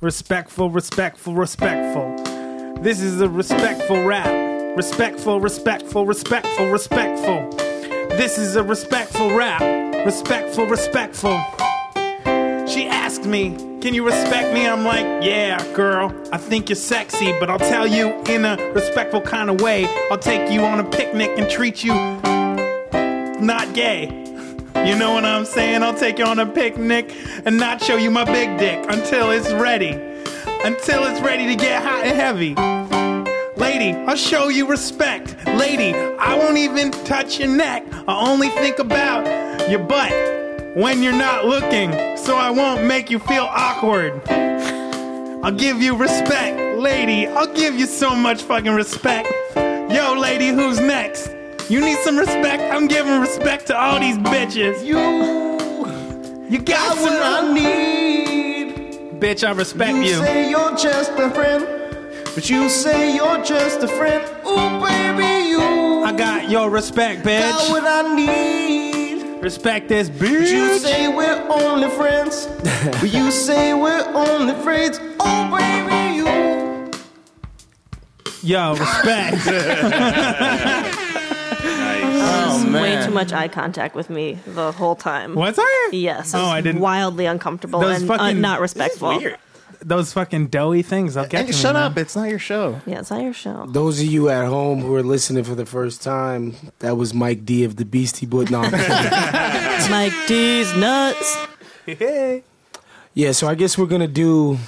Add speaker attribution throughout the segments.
Speaker 1: Respectful, respectful, respectful. This is a respectful rap. Respectful, respectful, respectful, respectful. This is a respectful rap. Respectful, respectful. She asked me, Can you respect me? I'm like, Yeah, girl, I think you're sexy, but I'll tell you in a respectful kind of way. I'll take you on a picnic and treat you not gay. You know what I'm saying? I'll take you on a picnic and not show you my big dick until it's ready. Until it's ready to get hot and heavy. Lady, I'll show you respect. Lady, I won't even touch your neck. I only think about your butt when you're not looking, so I won't make you feel awkward. I'll give you respect, lady. I'll give you so much fucking respect. Yo, lady, who's next? You need some respect? I'm giving respect to all these bitches. You, you got
Speaker 2: That's what
Speaker 1: some,
Speaker 2: I need.
Speaker 1: bitch. I respect
Speaker 2: You
Speaker 1: you.
Speaker 2: say you're just a friend, but you say you're just a friend. Ooh, baby, you
Speaker 1: I got your respect,
Speaker 2: got
Speaker 1: bitch.
Speaker 2: what I need.
Speaker 1: Respect this bitch.
Speaker 2: You say we're only friends, but you say we're only friends. Oh, baby, you.
Speaker 1: Yo, respect.
Speaker 3: There's way
Speaker 2: man.
Speaker 3: too much eye contact with me the whole time.
Speaker 1: What's that?
Speaker 3: Yes.
Speaker 1: Oh,
Speaker 3: it's
Speaker 1: I didn't.
Speaker 3: Wildly uncomfortable
Speaker 1: Those
Speaker 3: and
Speaker 1: fucking-
Speaker 3: un- not
Speaker 1: This
Speaker 3: respectful.
Speaker 1: Those fucking doughy things. I'll get
Speaker 2: Hey,
Speaker 1: to me,
Speaker 2: shut
Speaker 1: man.
Speaker 2: up! It's not your show.
Speaker 3: Yeah, it's not your show.
Speaker 4: Those of you at home who are listening for the first time, that was Mike D of the Beastie Boys. No, I'm kidding.
Speaker 3: Mike D's nuts.
Speaker 4: yeah, so I guess we're gonna do.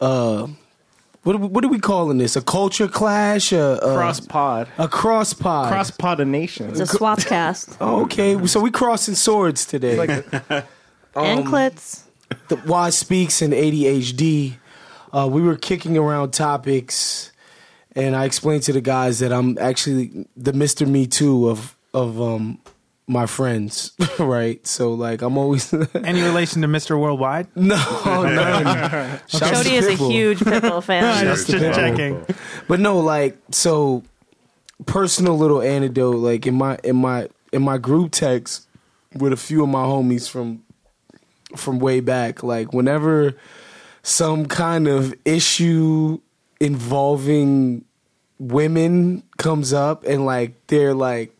Speaker 4: Uh, what are we- what are we calling this? A culture clash? A, a
Speaker 2: Cross pod,
Speaker 4: A cross pod.
Speaker 2: cross pod of nations.
Speaker 3: It's a swap cast.
Speaker 4: Oh, okay, so we crossing swords today.
Speaker 3: and clits.
Speaker 4: the Why Speaks and ADHD. Uh, we were kicking around topics, and I explained to the guys that I'm actually the Mister Me Too of of um my friends, right? So like I'm always no,
Speaker 1: Any relation to Mr. Worldwide?
Speaker 4: none. Shouts
Speaker 3: Cody
Speaker 4: to
Speaker 3: is a
Speaker 4: Pitbull.
Speaker 3: huge Pitbull fan.
Speaker 1: just, just
Speaker 4: Pitbull.
Speaker 1: checking.
Speaker 4: But no, like so personal little anecdote. Like in my in my in my group text with a few of my homies from from way back. Like whenever some kind of issue involving women comes up, and like they're like.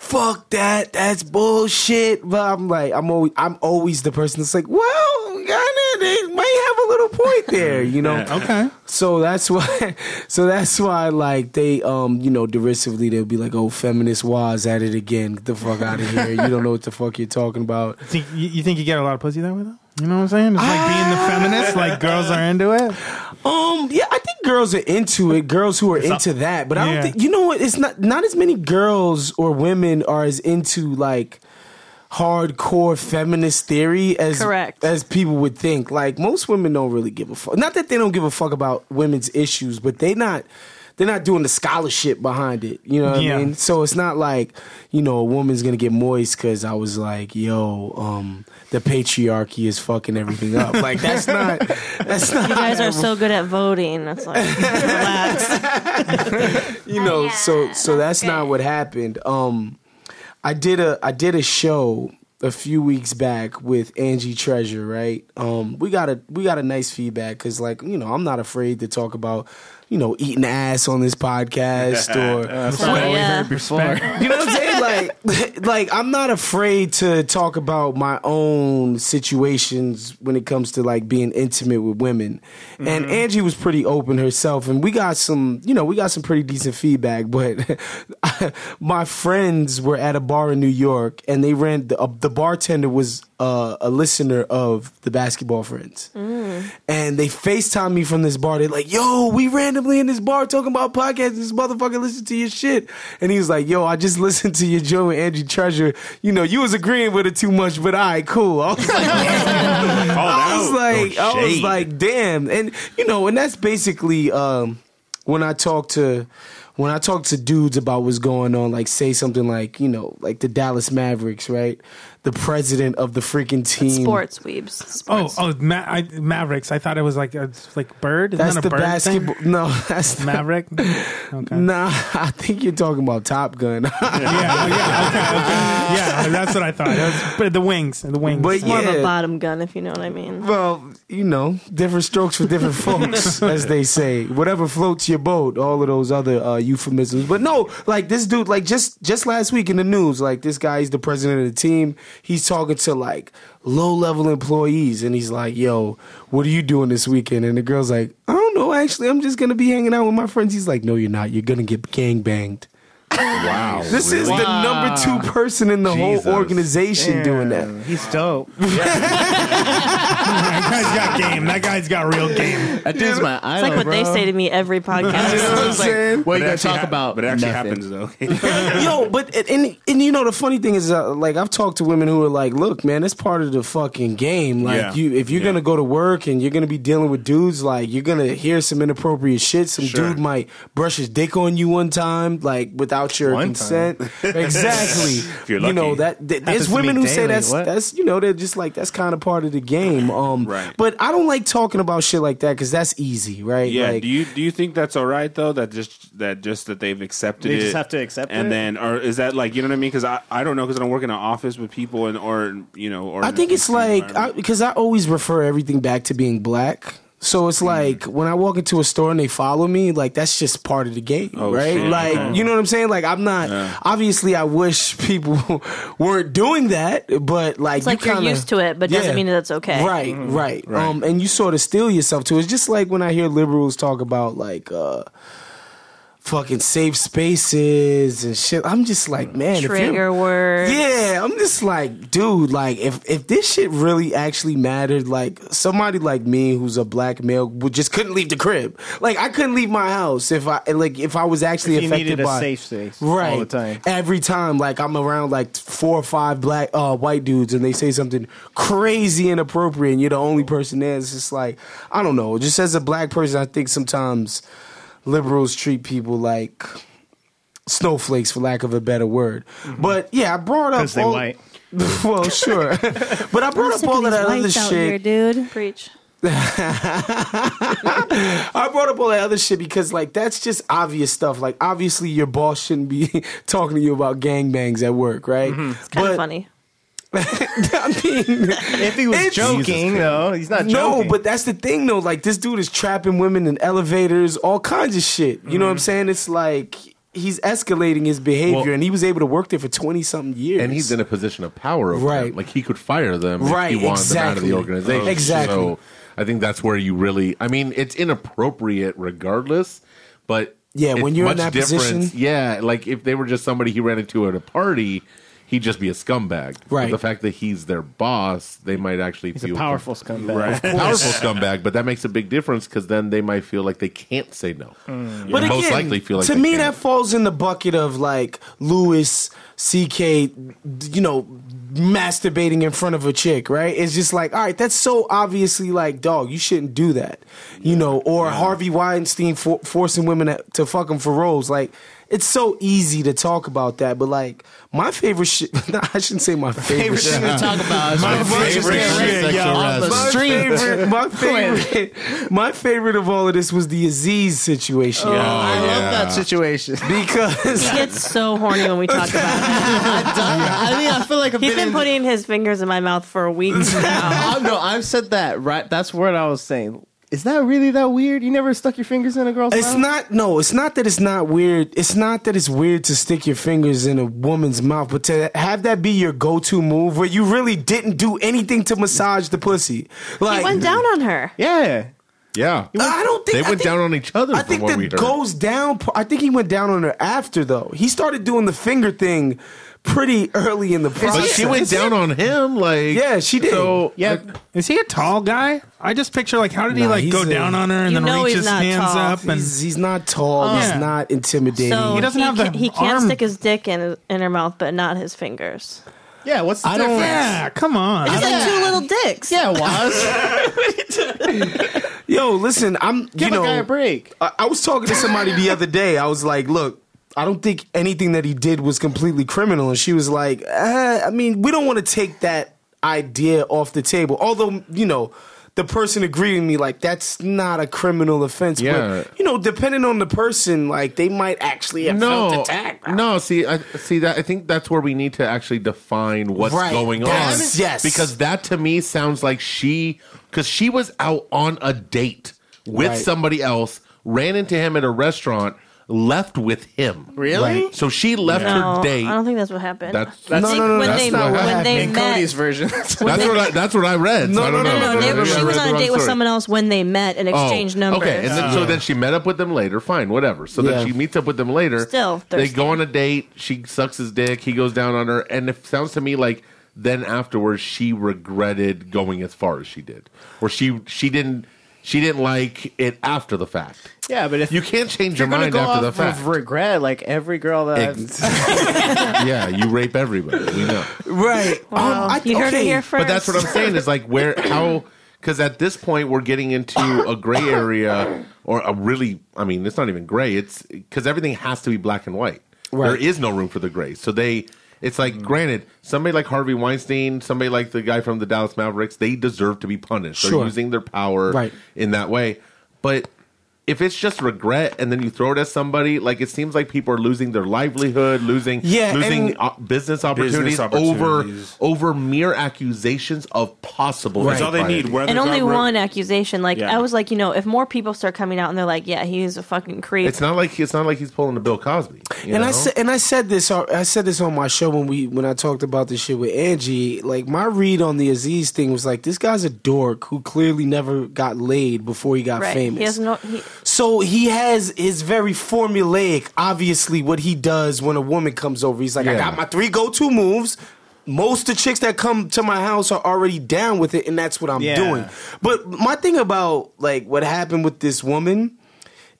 Speaker 4: Fuck that! That's bullshit. But I'm like, I'm always, I'm always the person that's like, well, kinda, they might have a little point there, you know.
Speaker 1: Okay.
Speaker 4: So that's why, so that's why, like they, um, you know, derisively they'll be like, "Oh, feminist was at it again. Get the fuck out of here. You don't know what the fuck you're talking about."
Speaker 1: Think- you, you think you get a lot of pussy that way, though? You know what I'm saying? It's like being the feminist.
Speaker 2: Ah.
Speaker 1: Like girls are into it.
Speaker 4: Um, yeah, I think girls are into it. Girls who are into that, but I
Speaker 1: Yeah.
Speaker 4: don't think you know what. It's not not as many girls or women are as into like hardcore feminist theory as
Speaker 3: Correct.
Speaker 4: as people would think. Like most women don't really give a fuck. Not that they don't give a fuck about women's issues, but they not they're not doing the scholarship behind it. You know what
Speaker 1: Yeah.
Speaker 4: I mean? So it's not like you know a woman's gonna get moist because I was like, yo, um, the patriarchy is fucking everything up. like that's not that's not
Speaker 3: You guys are so good at voting. It's like, relax.
Speaker 4: you know
Speaker 5: Oh, yeah,
Speaker 4: so so that's,
Speaker 5: that's
Speaker 4: not
Speaker 5: good.
Speaker 4: what happened um i did a i did a show a few weeks back with angie treasure right um we got a we got a nice feedback because like you know i'm not afraid to talk about you know eating ass on this podcast or
Speaker 3: So, yeah.
Speaker 4: you know what i'm saying like like i'm not afraid to talk about my own situations when it comes to like being intimate with women and angie was pretty open herself and we got some you know we got some pretty decent feedback but my friends were at a bar in new york and they ran the, uh, the bartender was uh, a listener of the basketball friends and they FaceTime me from this bar. They're like, yo, we randomly in this bar talking about podcasts. This motherfucker listened to your shit. And he was like, yo, I just listened to your Joe and Angie Treasure. You know, you was agreeing with it too much, but all right, cool. I was like,
Speaker 1: Oh,
Speaker 4: I was like, I was like, damn, and you know, and that's basically um, when I talk to when I talk to dudes about what's going on. Like, say something like, you know, like the Dallas Mavericks, right? the president of the freaking team.
Speaker 3: Sports weebs.
Speaker 1: Oh,
Speaker 3: Sports.
Speaker 1: oh, Ma- I, Mavericks. I thought it was like a like bird. Isn't
Speaker 4: That's
Speaker 1: that a
Speaker 4: the
Speaker 1: bird thing?
Speaker 4: basketball. No, that's the,
Speaker 1: Maverick. Okay.
Speaker 4: nah. I think you're talking about Top Gun.
Speaker 1: Yeah, yeah, okay, okay. yeah. That's what I thought. That's, but the wings, the wings.
Speaker 4: But
Speaker 3: More of
Speaker 4: yeah.
Speaker 3: a bottom gun, if you know what I mean.
Speaker 4: well, you know, different strokes for different folks, as they say. Whatever floats your boat. All of those other uh, euphemisms. But no, like this dude, like just just last week in the news, like this guy, he's the president of the team. He's talking to like low level employees, and he's like, "Yo, what are you doing this weekend?" And the girl's like, "I don't know. Actually, I'm just gonna be hanging out with my friends." He's like, "No, you're not. You're gonna get gang banged."
Speaker 5: Wow.
Speaker 4: This is
Speaker 5: really?
Speaker 4: the number two person in the
Speaker 5: Jesus.
Speaker 4: whole organization doing that.
Speaker 1: He's dope. that guy's got game. That guy's got real game.
Speaker 6: That dude's my
Speaker 3: It's
Speaker 6: idol,
Speaker 3: like what
Speaker 6: bro.
Speaker 3: they say to me every podcast.
Speaker 4: I'm saying?
Speaker 6: What
Speaker 5: But
Speaker 6: you
Speaker 5: it
Speaker 6: gonna
Speaker 5: actually
Speaker 6: talk
Speaker 5: hap-
Speaker 6: about?
Speaker 5: But it actually
Speaker 6: Nothing.
Speaker 5: happens though.
Speaker 4: Yo, but and and you know the funny thing is, uh, like I've talked to women who are like, "Look, man, that's part of the fucking game. Like,
Speaker 5: Yeah.
Speaker 4: you if you're
Speaker 5: Yeah.
Speaker 4: gonna go to work and you're gonna be dealing with dudes, like you're gonna hear some inappropriate shit. Some
Speaker 5: Sure.
Speaker 4: dude might brush his dick on you one time, like without your
Speaker 5: One time.
Speaker 4: consent. exactly.
Speaker 5: you're
Speaker 4: You know
Speaker 5: lucky.
Speaker 4: that th-
Speaker 6: Happens
Speaker 4: there's
Speaker 6: to me
Speaker 4: women who say
Speaker 6: daily.
Speaker 4: that's
Speaker 6: What?
Speaker 4: that's you know they're just like that's kind of part of the game. Um,
Speaker 5: Right.
Speaker 4: but I don't like talking about shit like that because that's easy, right?
Speaker 5: Yeah.
Speaker 4: Like,
Speaker 5: do you do you think that's all right though? That just that just that they've accepted.
Speaker 7: They
Speaker 5: it,
Speaker 7: just have to accept
Speaker 5: and
Speaker 7: it?
Speaker 5: then or is that like you know what I mean? Because I, I don't know because I don't work in an office with people and or you know or
Speaker 4: I think it's like I, because I always refer everything back to being black. So it's
Speaker 5: Mm.
Speaker 4: like when I walk into a store and they follow me, like that's just part of the game,
Speaker 5: Oh,
Speaker 4: right?
Speaker 5: shit.
Speaker 4: Like
Speaker 5: Okay.
Speaker 4: you know what I'm saying? Like I'm not. Obviously, I wish people weren't doing that, but like
Speaker 3: It's like
Speaker 4: you
Speaker 3: you're
Speaker 4: kinda-
Speaker 3: used to it, but doesn't mean that it's okay.
Speaker 4: Right,
Speaker 5: Mm-hmm.
Speaker 4: right, Um, and you sort of steal yourself to. it. It's just like when I hear liberals talk about like. uh Fucking safe spaces and shit. I'm just
Speaker 5: Mm.
Speaker 4: like, man, if you're-
Speaker 3: Trigger word.
Speaker 4: yeah, I'm just like, dude, like if if this shit really actually mattered, like somebody like me who's a black male would just couldn't leave the crib. Like I couldn't leave my house if I like if I was actually
Speaker 7: If you
Speaker 4: affected
Speaker 7: needed a
Speaker 4: by
Speaker 7: safe space
Speaker 4: right
Speaker 7: all the time.
Speaker 4: Every time, like I'm around like four or five black uh, white dudes and they say something crazy inappropriate, and you're the only person there. It's just like I don't know. Just as a black person, I think sometimes liberals treat people like snowflakes, for lack of a better word. But yeah, I brought up
Speaker 7: because Mm-hmm. they
Speaker 4: all-
Speaker 7: white.
Speaker 4: well, sure. but I brought up all of that other shit.
Speaker 3: dude. Preach.
Speaker 4: I brought up all that other shit because like that's just obvious stuff. Like obviously your boss shouldn't be talking to you about gangbangs at work, right?
Speaker 7: Mm-hmm.
Speaker 4: It's
Speaker 3: Kind of funny.
Speaker 4: I mean,
Speaker 7: If he was
Speaker 4: It's-
Speaker 7: joking, though, he's not
Speaker 4: no,
Speaker 7: joking.
Speaker 4: but that's the thing though. Like this dude is trapping women in elevators, all kinds of shit. You know what I'm saying? It's like he's escalating his behavior,
Speaker 6: Mm. Well-
Speaker 4: and he was able to work there for twenty something years.
Speaker 6: and he's in a position of power over
Speaker 4: Right.
Speaker 6: them. Like he could fire them
Speaker 4: Right,
Speaker 6: if he wanted them out
Speaker 4: exactly.
Speaker 6: of
Speaker 4: Oh.
Speaker 6: the organization.
Speaker 4: Exactly.
Speaker 6: So I think that's where you really. I mean, it's inappropriate regardless, but
Speaker 4: Yeah,
Speaker 6: it's
Speaker 4: when you're in
Speaker 6: much
Speaker 4: that
Speaker 6: difference-
Speaker 4: position-
Speaker 6: yeah. Like if they were just somebody he ran into at a party. He'd just be a scumbag.
Speaker 4: Right.
Speaker 6: But the fact that he's their boss, they might actually
Speaker 7: he's a
Speaker 6: feel
Speaker 7: powerful scumbag.
Speaker 6: powerful scumbag. But that makes a big difference because then they might feel like they can't say no.
Speaker 4: Mm. But
Speaker 6: Most
Speaker 4: again,
Speaker 6: likely feel like
Speaker 4: to
Speaker 6: they
Speaker 4: me that
Speaker 6: can't.
Speaker 4: falls in the bucket of like Lewis, CK, you know, masturbating in front of a chick, right? It's just like, all right, that's so obviously like, dog, you shouldn't do that, you know. Or Harvey Weinstein for- forcing women to fuck him for roles, like. It's so easy to talk about that, but like my favorite shit. I shouldn't say my favorite, shit.
Speaker 6: to talk about is my
Speaker 1: favorite shit, yo.
Speaker 4: My favorite, my favorite, my favorite of all of this was the Aziz situation.
Speaker 7: I
Speaker 6: Oh, yeah.
Speaker 7: love that situation.
Speaker 4: Because
Speaker 3: He gets so horny when we talk about it.
Speaker 6: I mean, I feel like
Speaker 3: He's been putting his fingers in my mouth for weeks now.
Speaker 7: I, no, I've said that. Right, that's what I was saying. Is that really that weird? You never stuck your fingers in a girl's
Speaker 4: It's
Speaker 7: mouth?
Speaker 4: not no. It's not that it's not weird. It's not that it's weird to stick your fingers in a woman's mouth, but to have that be your go-to move where you really didn't do anything to massage the pussy. Like
Speaker 3: He went down on her.
Speaker 7: Yeah,
Speaker 6: yeah.
Speaker 4: I don't think
Speaker 6: They
Speaker 4: I
Speaker 6: went
Speaker 4: think-
Speaker 6: down on each other
Speaker 4: I
Speaker 6: from
Speaker 4: think
Speaker 6: what we
Speaker 4: that
Speaker 6: heard.
Speaker 4: goes down. I think he went down on her after though. He started doing the finger thing pretty early in the process.
Speaker 6: but she went down on him, like
Speaker 4: Yeah, she did.
Speaker 6: So
Speaker 7: yeah.
Speaker 6: like,
Speaker 1: Is he a tall guy? I just picture like how did he
Speaker 4: Nah,
Speaker 1: like
Speaker 4: he's
Speaker 1: go
Speaker 4: a-
Speaker 1: down on her and
Speaker 3: You
Speaker 1: then
Speaker 3: know
Speaker 1: reach
Speaker 3: he's
Speaker 1: his
Speaker 3: not
Speaker 1: hands
Speaker 3: tall.
Speaker 1: up and
Speaker 4: He's, he's not tall. he's
Speaker 1: Yeah.
Speaker 4: not intimidating.
Speaker 3: So
Speaker 1: He doesn't have the
Speaker 3: can, He can't
Speaker 1: arm-
Speaker 3: stick his dick in, in her mouth, but not his fingers.
Speaker 7: yeah. What's the
Speaker 4: I don't-
Speaker 7: difference?
Speaker 1: yeah, come on.
Speaker 3: It's like two little dicks.
Speaker 7: Yeah, was
Speaker 4: Yo, listen, I'm
Speaker 7: give
Speaker 4: you know
Speaker 7: a guy a break.
Speaker 4: I, I was talking to somebody the other day. I was like, look, I don't think anything that he did was completely criminal. And she was like, uh, I mean, we don't want to take that idea off the table. Although, you know, the person agreeing with me, like, that's not a criminal offense.
Speaker 6: Yeah.
Speaker 4: But, you know, depending on the person, like, they might actually have
Speaker 6: no,
Speaker 4: felt attacked.
Speaker 6: no. See, I see that. I think that's where we need to actually define what's
Speaker 4: Right,
Speaker 6: going
Speaker 4: that's-
Speaker 6: on.
Speaker 4: yes.
Speaker 6: because that to me sounds like she, because she was out on a date with
Speaker 4: Right.
Speaker 6: somebody else, ran into him at a restaurant, left with him.
Speaker 7: Really?
Speaker 4: Right.
Speaker 6: So she left
Speaker 3: No,
Speaker 6: her date.
Speaker 3: I don't think that's what happened.
Speaker 6: That's
Speaker 3: I
Speaker 4: No,
Speaker 3: think
Speaker 4: no, no,
Speaker 3: when
Speaker 4: that's
Speaker 3: they,
Speaker 4: not what
Speaker 3: when they
Speaker 7: In
Speaker 3: met,
Speaker 7: Cody's version.
Speaker 6: that's what I, that's what I read. so I don't
Speaker 4: no,
Speaker 6: know.
Speaker 4: no,
Speaker 3: no,
Speaker 4: no,
Speaker 3: they were,
Speaker 6: Maybe I
Speaker 3: she
Speaker 6: read
Speaker 3: was
Speaker 6: the
Speaker 3: on a
Speaker 6: wrong
Speaker 3: date with
Speaker 6: story.
Speaker 3: someone else when they met and exchanged numbers.
Speaker 6: Oh, Okay, and then, so then she met up with them later. Fine, whatever. So
Speaker 4: Yeah.
Speaker 6: then she meets up with them later.
Speaker 3: Still
Speaker 6: they
Speaker 3: thirsty.
Speaker 6: go on a date. She sucks his dick. He goes down on her, and it sounds to me like then afterwards she regretted going as far as she did, or she she didn't she didn't like it after the fact.
Speaker 7: yeah, but if
Speaker 6: You can't change
Speaker 7: you're
Speaker 6: your
Speaker 7: gonna
Speaker 6: mind
Speaker 7: go
Speaker 6: after
Speaker 7: off
Speaker 6: the
Speaker 7: the
Speaker 6: fact.
Speaker 7: of regret, like every girl that I've-
Speaker 6: Ex- yeah, you rape everybody. We know.
Speaker 4: Right.
Speaker 3: Wow.
Speaker 4: Um, I-
Speaker 3: you heard it
Speaker 4: okay.
Speaker 3: here first.
Speaker 6: But that's what I'm saying is like where how because at this point we're getting into a gray area or a really I mean it's not even gray it's because everything has to be black and white. There
Speaker 4: Right.
Speaker 6: is no room for the gray. So they it's like granted somebody like Harvey Weinstein, somebody like the guy from the Dallas Mavericks, they deserve to be punished.
Speaker 4: Sure.
Speaker 6: They're using their power
Speaker 4: Right.
Speaker 6: in that way. But if it's just regret and then you throw it at somebody, like it seems like people are losing their livelihood, losing
Speaker 4: Yeah,
Speaker 6: losing
Speaker 4: and-
Speaker 6: uh, business opportunities,
Speaker 5: opportunities.
Speaker 6: over over mere accusations of possible.
Speaker 4: Right.
Speaker 5: That's all they
Speaker 6: infighting.
Speaker 5: need. Whether
Speaker 3: and
Speaker 5: God
Speaker 3: only
Speaker 5: wrote-
Speaker 3: one accusation. Like
Speaker 5: Yeah.
Speaker 3: I was like, you know, if more people start coming out and they're like, yeah, he's a fucking creep.
Speaker 6: It's not like it's not like he's pulling a Bill Cosby. you
Speaker 4: and
Speaker 6: know?
Speaker 4: I said, and I said this, uh, I said this on my show when we when I talked about this shit with Angie. Like my read on the Aziz thing was like, this guy's a dork who clearly never got laid before he got
Speaker 3: right.
Speaker 4: famous.
Speaker 3: He has no. He,
Speaker 4: so he has his very formulaic, obviously, what he does when a woman comes over. He's like, I
Speaker 6: Yeah.
Speaker 4: got my three go to moves. Most of the chicks that come to my house are already down with it, and that's what I'm
Speaker 7: Yeah.
Speaker 4: doing. But my thing about like what happened with this woman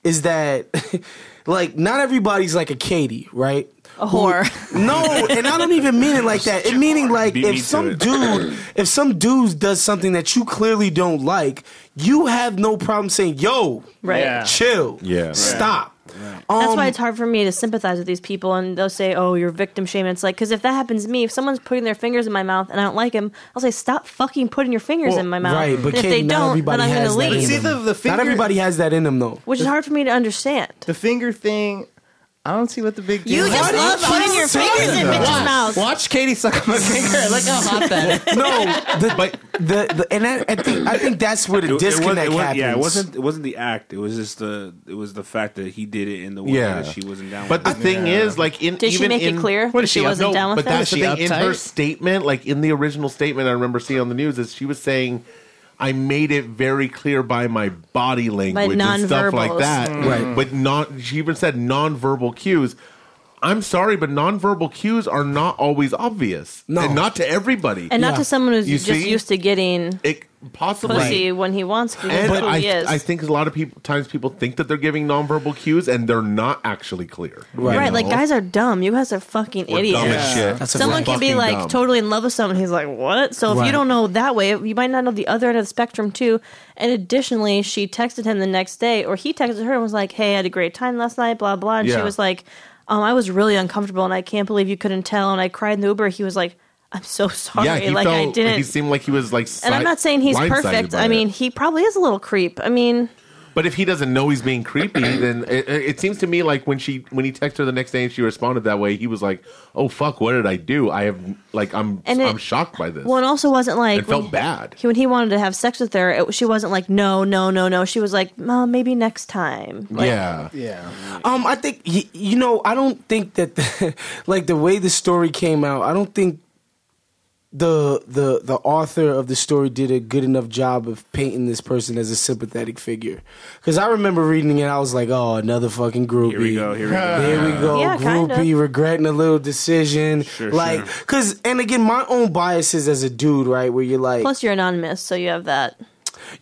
Speaker 4: is that like not everybody's like a Katie, right?
Speaker 3: A whore.
Speaker 4: Who- no, and I don't even mean it like that. It meaning like
Speaker 5: Beat me
Speaker 4: if
Speaker 5: to
Speaker 4: some
Speaker 5: it.
Speaker 4: dude, if some dude does something that you clearly don't like, you have no problem saying, "Yo,
Speaker 3: right.
Speaker 7: Yeah.
Speaker 4: chill,
Speaker 6: Yeah.
Speaker 4: stop." Um,
Speaker 3: That's why it's hard for me to sympathize with these people, and they'll say, "Oh, you're victim shaming." It's like because if that happens to me, if someone's putting their fingers in my mouth and I don't like him, I'll say, "Stop fucking putting your fingers in my mouth."
Speaker 4: Right, but
Speaker 3: and if they
Speaker 4: Katie, not
Speaker 3: don't, then
Speaker 4: everybody
Speaker 3: I'm going
Speaker 4: has
Speaker 3: to
Speaker 4: that. in
Speaker 7: See,
Speaker 3: leave,
Speaker 4: them.
Speaker 7: the- the
Speaker 4: not
Speaker 7: finger-
Speaker 4: everybody has that in them though.
Speaker 3: which is hard for me to understand.
Speaker 7: the finger thing. I don't see what the big deal.
Speaker 3: You
Speaker 7: is.
Speaker 3: just love putting your fingers in bitches' mouths.
Speaker 7: Watch Katie suck on my finger. Look how hot that is.
Speaker 4: No, the, the, the and I, I think I think that's where the
Speaker 5: It- it was-
Speaker 4: disconnect
Speaker 5: it was-
Speaker 4: happens.
Speaker 5: Yeah, it wasn't. It wasn't the act. It was just the. It was the fact that he did it in the way
Speaker 6: Yeah.
Speaker 5: that she wasn't down.
Speaker 6: But the
Speaker 5: with it.
Speaker 6: thing is, like, in
Speaker 3: Did she
Speaker 6: even
Speaker 3: make
Speaker 6: in,
Speaker 3: it clear
Speaker 7: What
Speaker 3: that
Speaker 7: is
Speaker 3: she
Speaker 7: she up-
Speaker 3: wasn't
Speaker 6: no,
Speaker 3: down with
Speaker 6: but
Speaker 3: him?
Speaker 6: that's the
Speaker 7: She
Speaker 6: thing. In her
Speaker 7: uptight?
Speaker 6: statement, like in the original statement, I remember seeing on the news is she was saying, "I made it very clear by my body language and stuff like
Speaker 3: nonverbals. Mm.
Speaker 6: that."
Speaker 4: Right.
Speaker 6: But non, she even said nonverbal cues. I'm sorry, but nonverbal cues are not always obvious,
Speaker 4: No.
Speaker 6: and not to everybody.
Speaker 3: and not
Speaker 4: Yeah.
Speaker 3: to someone who's
Speaker 6: You
Speaker 3: just
Speaker 6: see?
Speaker 3: used to getting
Speaker 6: it possibly.
Speaker 3: pussy when he wants to.
Speaker 6: And
Speaker 3: But who
Speaker 6: I,
Speaker 3: he is.
Speaker 6: I think a lot of people times people think that they're giving nonverbal cues and they're not actually clear.
Speaker 4: you
Speaker 3: right, like
Speaker 6: know?
Speaker 3: guys are dumb. You guys are fucking
Speaker 6: We're
Speaker 3: idiots.
Speaker 6: dumb as shit.
Speaker 4: That's a
Speaker 3: Someone
Speaker 4: fact.
Speaker 3: can be
Speaker 6: Fucking
Speaker 3: like
Speaker 6: dumb.
Speaker 3: totally in love with someone. He's like, what? So if
Speaker 4: Right.
Speaker 3: you don't know that way, you might not know the other end of the spectrum too. And additionally, she texted him the next day, or he texted her and was like, hey, I had a great time last night, blah blah. And she
Speaker 6: Yeah.
Speaker 3: was like, um, I was really uncomfortable, and I can't believe you couldn't tell. And I cried in the Uber. He was like, I'm so sorry.
Speaker 6: Yeah, he
Speaker 3: like
Speaker 6: felt,
Speaker 3: I didn't.
Speaker 6: He seemed like he was like.
Speaker 3: and I'm
Speaker 6: si-
Speaker 3: not saying he's
Speaker 6: blindsided
Speaker 3: perfect.
Speaker 6: by
Speaker 3: I
Speaker 6: that.
Speaker 3: mean, he probably is a little creep. I mean,
Speaker 6: but if he doesn't know he's being creepy, then it, it it seems to me like when she when he texted her the next day and she responded that way, he was like, "Oh fuck, what did I do? I have like I'm
Speaker 3: And it-
Speaker 6: I'm shocked by this."
Speaker 3: well, it also wasn't like
Speaker 6: It felt
Speaker 3: when-
Speaker 6: bad.
Speaker 3: He, when he wanted to have sex with her, it, she wasn't like, no, no, no, no. She was like, Mom, maybe next time. Like,
Speaker 6: yeah,
Speaker 7: Yeah.
Speaker 4: Um, I think y- you know. I don't think that the, like the way the story came out. I don't think the the the author of the story did a good enough job of painting this person as a sympathetic figure. Because I remember reading it, I was like, oh, another fucking groupie.
Speaker 5: here we go. Here we go.
Speaker 4: Here we go,
Speaker 3: Yeah,
Speaker 4: groupie,
Speaker 3: kinda.
Speaker 4: regretting a little decision,
Speaker 5: Sure,
Speaker 4: like,
Speaker 5: sure.
Speaker 4: cause, and again, my own biases as a dude, right? Where you're like,
Speaker 3: Plus, you're anonymous, so you have that.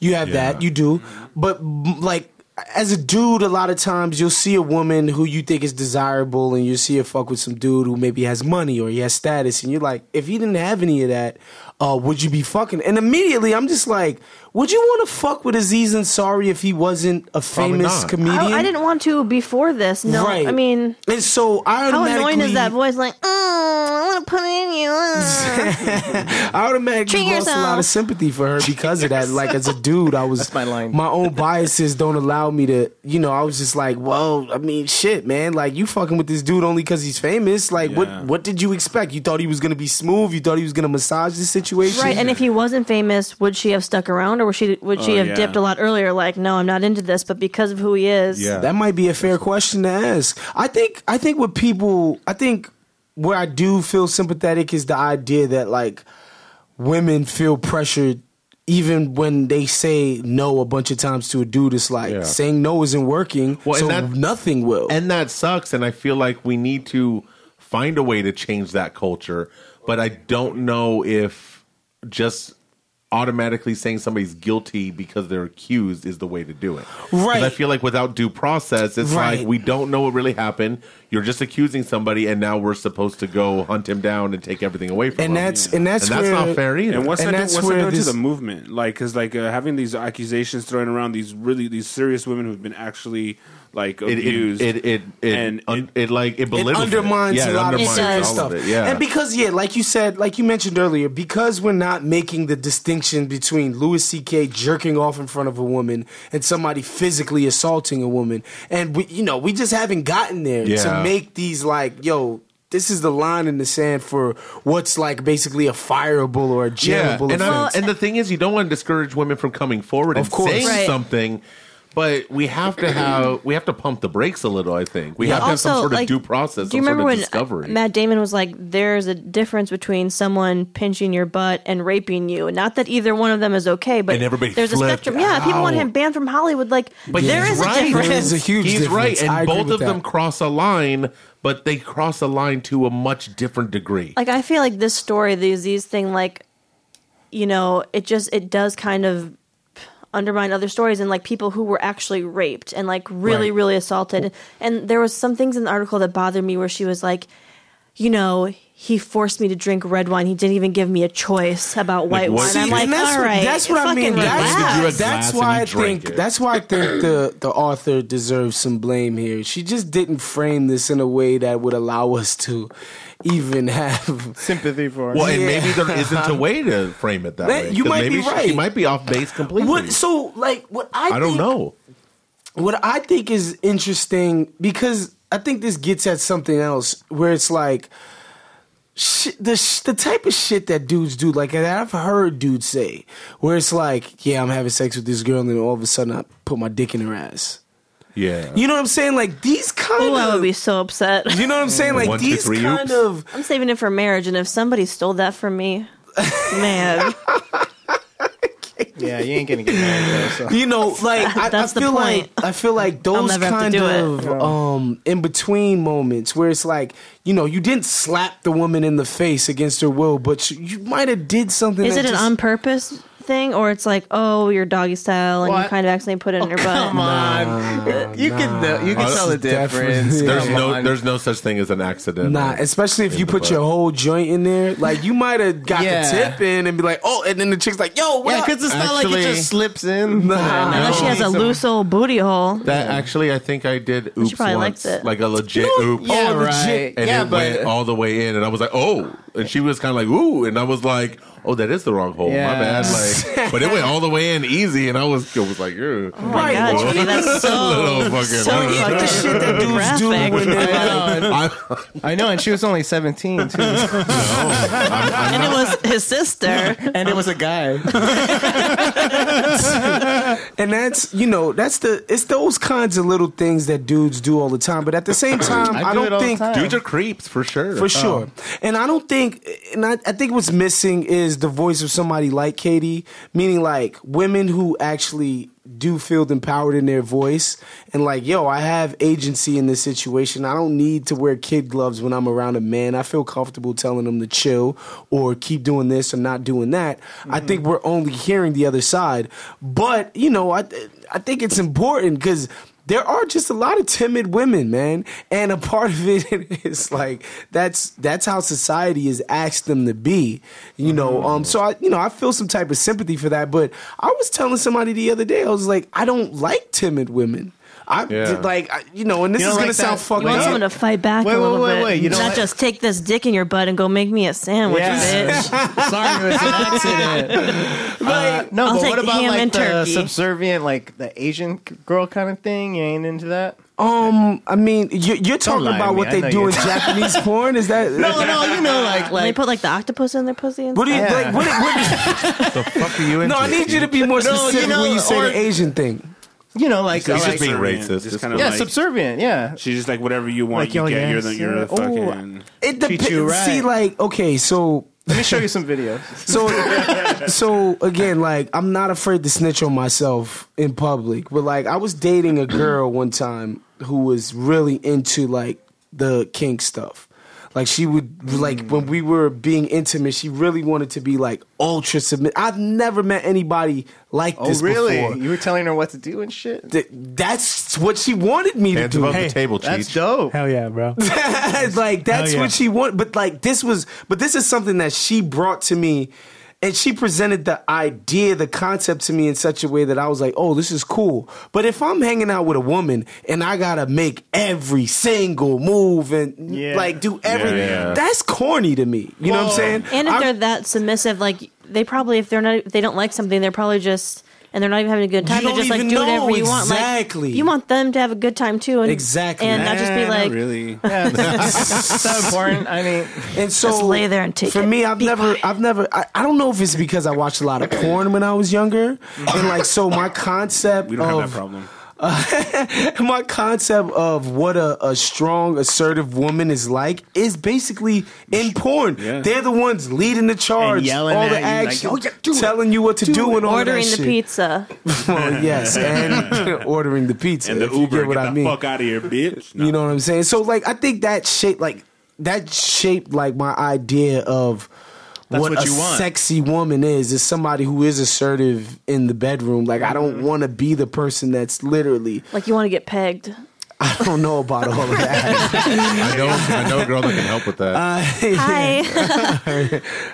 Speaker 4: you have
Speaker 6: Yeah.
Speaker 4: that, you do, but m- like as a dude, a lot of times you'll see a woman who you think is desirable, and you'll see her fuck with some dude who maybe has money or he has status, and you're like, if he didn't have any of that, uh, would you be fucking? And immediately, I'm just like, would you want to fuck with Aziz Ansari if he wasn't a famous
Speaker 6: not.
Speaker 4: comedian?
Speaker 3: Oh, I, I didn't want to before this. No, I mean,
Speaker 4: and so I
Speaker 3: how annoying is
Speaker 4: automatically-
Speaker 3: that voice? Like, mm, I want to put in you. mm."
Speaker 4: I automatically
Speaker 3: Treat
Speaker 4: lost a lot
Speaker 3: yourself.
Speaker 4: of sympathy for her because of that. Like as a dude, I was
Speaker 7: my line.
Speaker 4: own biases don't allow me to. You know, I was just like, well, I mean, shit, man. Like you fucking with this dude only because he's famous. Like
Speaker 5: Yeah.
Speaker 4: what? What did you expect? You thought he was gonna be smooth. You thought he was gonna massage the situation.
Speaker 3: Right, and if he wasn't famous, would she have stuck around, or would she would she
Speaker 5: Oh,
Speaker 3: have
Speaker 5: yeah.
Speaker 3: dipped a lot earlier? Like, no, I'm not into this, but because of who he is,
Speaker 6: Yeah.
Speaker 4: That might be a fair question to ask. I think I think what people I think where I do feel sympathetic is the idea that like women feel pressured even when they say no a bunch of times to a dude it's like
Speaker 6: Yeah.
Speaker 4: saying no isn't working
Speaker 6: Well,
Speaker 4: so
Speaker 6: and that-
Speaker 4: nothing will.
Speaker 6: and that sucks and i feel like we need to find a way to change that culture but i don't know if just automatically saying somebody's guilty because they're accused is the way to do it 'Cause
Speaker 4: Right.
Speaker 6: i feel like without due process it's
Speaker 4: Right.
Speaker 6: like we don't know what really happened you're just accusing somebody and now we're supposed to go hunt him down and take everything away from
Speaker 4: And
Speaker 6: him
Speaker 4: that's- and that's
Speaker 6: that's
Speaker 4: where-
Speaker 6: not fair either
Speaker 5: And what's
Speaker 4: And
Speaker 5: that?
Speaker 4: that's
Speaker 5: do, what's
Speaker 4: where
Speaker 5: that doing
Speaker 4: this-
Speaker 5: to the movement? Like, because like uh, having these accusations thrown around, these really these serious women who've been actually like
Speaker 6: it, it,
Speaker 5: abused.
Speaker 6: it, it, it,
Speaker 5: and
Speaker 6: un- it, like it
Speaker 4: it
Speaker 6: belittles
Speaker 4: undermines
Speaker 6: it. Yeah,
Speaker 4: a
Speaker 6: it
Speaker 4: lot
Speaker 6: undermines
Speaker 4: of serious
Speaker 6: all
Speaker 4: stuff.
Speaker 6: it, yeah
Speaker 4: And because yeah, like you said, like you mentioned earlier, because we're not making the distinction between Louis C.K. jerking off in front of a woman and somebody physically assaulting a woman, and we, you know, we just haven't gotten there to
Speaker 6: Yeah.
Speaker 4: make these like yo. This is the line in the sand for what's like basically a fireable or a jailable
Speaker 6: and, I-
Speaker 4: offense.
Speaker 6: and the thing is, you don't want to discourage women from coming forward
Speaker 4: Of
Speaker 6: and
Speaker 4: course.
Speaker 6: saying
Speaker 3: Right.
Speaker 6: something. But we have to have we have to pump the brakes a little. I think we have to have
Speaker 3: also,
Speaker 6: some sort of
Speaker 3: like,
Speaker 6: due process,
Speaker 3: Do you
Speaker 6: some
Speaker 3: remember
Speaker 4: uh,
Speaker 6: sort of
Speaker 3: when
Speaker 6: discovery.
Speaker 3: Matt Damon was like, "There's a difference between someone pinching your butt and raping you. Not that either one of them is okay, but
Speaker 6: And everybody
Speaker 3: there's a
Speaker 6: flipped
Speaker 3: spectrum. Yeah, people want
Speaker 6: out.
Speaker 3: him banned from Hollywood. Like,
Speaker 6: but
Speaker 3: there
Speaker 6: he's
Speaker 3: is
Speaker 6: right.
Speaker 3: a difference.
Speaker 4: There is a huge
Speaker 6: He's
Speaker 4: difference.
Speaker 6: right, and
Speaker 4: I agree
Speaker 6: both
Speaker 4: with
Speaker 6: of them
Speaker 4: that.
Speaker 6: cross a line, but they cross a line to a much different degree.
Speaker 3: like I feel like this story, the Aziz thing, like you know, it just it does kind of undermine other stories and like people who were actually raped and like really
Speaker 4: Right.
Speaker 3: really assaulted. And there was some things in the article that bothered me where she was like, you know, he forced me to drink red wine. He didn't even give me a choice about white
Speaker 6: what-
Speaker 3: wine. I'm
Speaker 6: See,
Speaker 3: like,
Speaker 4: and that's
Speaker 3: all
Speaker 4: what,
Speaker 3: right,
Speaker 4: that's what I
Speaker 3: fucking
Speaker 4: mean. That's,
Speaker 3: relax.
Speaker 6: Give you a
Speaker 4: that's
Speaker 6: glass and
Speaker 4: why
Speaker 6: you
Speaker 4: I
Speaker 6: drink
Speaker 4: think
Speaker 6: it.
Speaker 4: that's why I think the the author deserves some blame here. She just didn't frame this in a way that would allow us to even have.
Speaker 7: Sympathy for
Speaker 6: well, and
Speaker 4: Yeah.
Speaker 6: maybe there isn't a way to frame it that
Speaker 4: That-
Speaker 6: way.
Speaker 4: you
Speaker 6: 'cause
Speaker 4: might
Speaker 6: maybe
Speaker 4: be
Speaker 6: she- She
Speaker 4: right.
Speaker 6: might be off base completely.
Speaker 4: What so like what I
Speaker 6: I don't
Speaker 4: think-
Speaker 6: know.
Speaker 4: What I think is interesting because I think this gets at something else where it's like sh- the sh- the type of shit that dudes do, like that I've heard dudes say, where it's like, yeah, I'm having sex with this girl, and then all of a sudden I put my dick in her ass.
Speaker 6: Yeah,
Speaker 4: You know what I'm saying? Like these kind
Speaker 3: Oh, I
Speaker 4: of
Speaker 3: would be so upset.
Speaker 4: You know what I'm saying? Like
Speaker 6: One, two,
Speaker 4: these
Speaker 6: three,
Speaker 4: kind
Speaker 6: oops.
Speaker 4: of
Speaker 3: I'm saving it for marriage, and if somebody stole that from me, man,
Speaker 7: Yeah, you ain't gonna get married though. So.
Speaker 4: you know, like I,
Speaker 3: That's
Speaker 4: I
Speaker 3: the
Speaker 4: feel
Speaker 3: point.
Speaker 4: like I feel like those
Speaker 3: never have to
Speaker 4: kind
Speaker 3: do it.
Speaker 4: of um in between moments where it's like, you know, you didn't slap the woman in the face against her will, but you, you might have did something.
Speaker 3: is
Speaker 4: that
Speaker 3: it an
Speaker 4: just-
Speaker 3: on purpose thing, or it's like, oh, you're doggy style, and you
Speaker 7: What? Oh,
Speaker 3: kind of accidentally put it in your butt?
Speaker 7: Come on,
Speaker 6: Uh,
Speaker 7: you can know- you can
Speaker 6: Oh,
Speaker 7: tell the
Speaker 6: this
Speaker 4: is definitely-
Speaker 7: difference.
Speaker 4: Yeah.
Speaker 6: there's
Speaker 7: Come
Speaker 6: no
Speaker 7: on.
Speaker 6: there's no such thing as an accident.
Speaker 4: Nah, especially if
Speaker 6: In
Speaker 4: you
Speaker 6: the
Speaker 4: put
Speaker 6: butt.
Speaker 4: your whole joint in there, like you might have got
Speaker 7: Yeah.
Speaker 4: the tip in and be like, oh, and then the chick's like, yo, what?
Speaker 7: yeah, because it's not like it
Speaker 6: Actually-
Speaker 7: just slips in.
Speaker 4: Nah.
Speaker 3: Unless she has a loose old booty hole.
Speaker 6: That actually, I think I did. Oops,
Speaker 3: probably
Speaker 6: once,
Speaker 3: liked it.
Speaker 6: like a legit oop.
Speaker 7: Yeah,
Speaker 4: Oh,
Speaker 7: right.
Speaker 4: legit.
Speaker 6: and
Speaker 7: yeah,
Speaker 6: it
Speaker 7: but
Speaker 6: went all the way in, and I was like, "Oh!" And she was kind of like, "Ooh!" And I was like, "Oh, that is the wrong hole.
Speaker 7: Yeah.
Speaker 6: My bad." Like, but it went all the way in easy, and I was, it was like, "Ew."
Speaker 3: Oh my
Speaker 4: Right.
Speaker 3: god, Judy, that's
Speaker 6: Little
Speaker 3: so
Speaker 6: fucking-
Speaker 3: so
Speaker 6: I don't know.
Speaker 3: fucking
Speaker 4: The shit that dudes do
Speaker 3: graphic.
Speaker 4: when they're
Speaker 7: I
Speaker 4: like,
Speaker 7: know,
Speaker 6: I,
Speaker 7: and- I know, and she was only seventeen too,
Speaker 3: and it was his sister.
Speaker 7: and it was a guy.
Speaker 4: And that's you know that's the it's those kinds of little things that dudes do all the time. But at the same time,
Speaker 7: I
Speaker 4: I,
Speaker 7: do it all
Speaker 4: don't
Speaker 7: the
Speaker 4: think
Speaker 7: time.
Speaker 6: dudes are creeps for sure.
Speaker 4: for sure. And I don't think and I, I think what's missing is the voice of somebody like Katie, meaning like women who actually do feel empowered in their voice and like, yo, I have agency in this situation. I don't need to wear kid gloves when I'm around a man. I feel comfortable telling them to chill or keep doing this or not doing that. I think we're only hearing the other side. But, you know, I I think it's important cuz there are just a lot of timid women, man, and a part of it is like that's that's how society is asked them to be, you know. Um, so I, you know, I feel some type of sympathy for that. But I was telling somebody the other day, I was like, I don't like timid women. I
Speaker 6: Yeah.
Speaker 4: like, I, you know, and this
Speaker 7: You don't
Speaker 4: is gonna
Speaker 7: like
Speaker 4: sound
Speaker 7: that-
Speaker 4: fucked
Speaker 3: You want someone
Speaker 4: up.
Speaker 3: to fight back
Speaker 7: Wait,
Speaker 3: a
Speaker 7: wait,
Speaker 3: little
Speaker 7: wait,
Speaker 3: bit.
Speaker 7: wait, you know
Speaker 3: Not
Speaker 7: what?
Speaker 3: just take this dick in your butt and go make me a sandwich,
Speaker 7: Yeah.
Speaker 3: bitch.
Speaker 7: Sorry, it was an accident. Uh, no,
Speaker 3: I'll
Speaker 7: but
Speaker 3: take
Speaker 7: what about
Speaker 3: ham
Speaker 7: like
Speaker 3: and
Speaker 7: the
Speaker 3: turkey.
Speaker 7: subservient, like the Asian c- girl kind of thing? You ain't into that?
Speaker 4: Um, I mean, you, you're talking
Speaker 7: lie to
Speaker 4: about
Speaker 7: me,
Speaker 4: what
Speaker 7: I
Speaker 4: they
Speaker 7: know
Speaker 4: do
Speaker 7: you're
Speaker 4: in
Speaker 7: talking-
Speaker 4: Japanese porn? Is that
Speaker 7: No, Oh, no, you know, like
Speaker 3: And they
Speaker 7: like
Speaker 3: put like the octopus in their pussy and
Speaker 4: What do you
Speaker 3: stuff.
Speaker 4: like? What, what,
Speaker 6: the fuck are you into?
Speaker 4: no, I need you to be more
Speaker 7: No, you
Speaker 4: specific
Speaker 7: know,
Speaker 4: when you say
Speaker 7: or-
Speaker 4: the Asian thing.
Speaker 7: you know, like,
Speaker 6: He's
Speaker 7: like-
Speaker 6: just being
Speaker 5: Subservient,
Speaker 6: racist.
Speaker 5: Just
Speaker 6: It's
Speaker 5: kind
Speaker 6: cool.
Speaker 5: of
Speaker 7: yeah,
Speaker 5: like,
Speaker 7: subservient, yeah.
Speaker 5: she's just like whatever you want,
Speaker 7: Like,
Speaker 5: you
Speaker 7: oh,
Speaker 5: get. you're
Speaker 7: yes,
Speaker 5: the you're the
Speaker 7: yeah. Oh,
Speaker 5: fucking.
Speaker 7: Treat
Speaker 4: It depends.
Speaker 7: you
Speaker 4: See,
Speaker 7: right.
Speaker 4: like, okay, so
Speaker 7: Let me show you some videos.
Speaker 4: So, so again, like I'm not afraid to snitch on myself in public, but like I was dating a girl one time who was really into like the kink stuff. Like she would like when we were being intimate, she really wanted to be like ultra submit. I've never met anybody like
Speaker 7: Oh,
Speaker 4: this
Speaker 7: really?
Speaker 4: before.
Speaker 7: You were telling her what to do and shit.
Speaker 4: Th- that's what she wanted me to
Speaker 6: Hands
Speaker 4: do.
Speaker 6: above the table,
Speaker 7: That's
Speaker 6: Cheech.
Speaker 7: dope.
Speaker 1: Hell yeah, bro.
Speaker 4: like that's
Speaker 1: Hell yeah.
Speaker 4: what she wanted. But like this was, but this is something that she brought to me, and she presented the idea, the concept to me in such a way that I was like, oh, this is cool. But if I'm hanging out with a woman and I gotta make every single move and
Speaker 7: Yeah.
Speaker 4: like do everything,
Speaker 6: Yeah.
Speaker 4: that's corny to me. You know what I'm
Speaker 7: Well,
Speaker 4: saying?
Speaker 3: And if
Speaker 4: I-
Speaker 3: they're that submissive, like they probably if they're not if they don't like something, they're probably just and they're not even having a good time.
Speaker 4: You
Speaker 3: They're just
Speaker 4: don't
Speaker 3: like
Speaker 4: even
Speaker 3: do whatever
Speaker 4: know
Speaker 3: you want. Like,
Speaker 4: exactly.
Speaker 3: you want them to have a good time too, and
Speaker 4: Exactly.
Speaker 3: and not just be
Speaker 5: Nah, not
Speaker 3: like
Speaker 5: really.
Speaker 7: Yeah, it's so important. I mean,
Speaker 4: And so
Speaker 3: Just lay there and take
Speaker 4: For
Speaker 3: it.
Speaker 4: me, I've
Speaker 3: Be
Speaker 4: never, I've never, I, I don't know if it's because I watched a lot of porn when I was younger, and like so my concept
Speaker 5: We don't
Speaker 4: of
Speaker 5: have that problem.
Speaker 4: my concept of what a, a strong, assertive woman is like is basically in porn.
Speaker 5: Yeah.
Speaker 4: They're the ones leading the charge,
Speaker 7: And yelling
Speaker 4: all the
Speaker 7: at you, like,
Speaker 4: action,
Speaker 7: "Oh, yeah, do it,
Speaker 4: telling you what to do, and all
Speaker 3: ordering
Speaker 4: that
Speaker 3: the
Speaker 4: shit.
Speaker 3: pizza.
Speaker 4: Well, yes, and ordering the pizza.
Speaker 5: And the
Speaker 4: if you
Speaker 5: Uber,
Speaker 4: get
Speaker 5: get
Speaker 4: what I
Speaker 5: the
Speaker 4: mean.
Speaker 5: fuck out of here, bitch. No.
Speaker 4: You know what I'm saying? So like I think that shape like that shaped like my idea of what,
Speaker 7: what
Speaker 4: a
Speaker 7: you want.
Speaker 4: sexy woman is is somebody who is assertive in the bedroom. Like I don't want to be the person that's literally
Speaker 3: Like you want to get pegged.
Speaker 4: I don't know about all of that.
Speaker 6: I know, I know a girl that can help with that.
Speaker 3: Hi,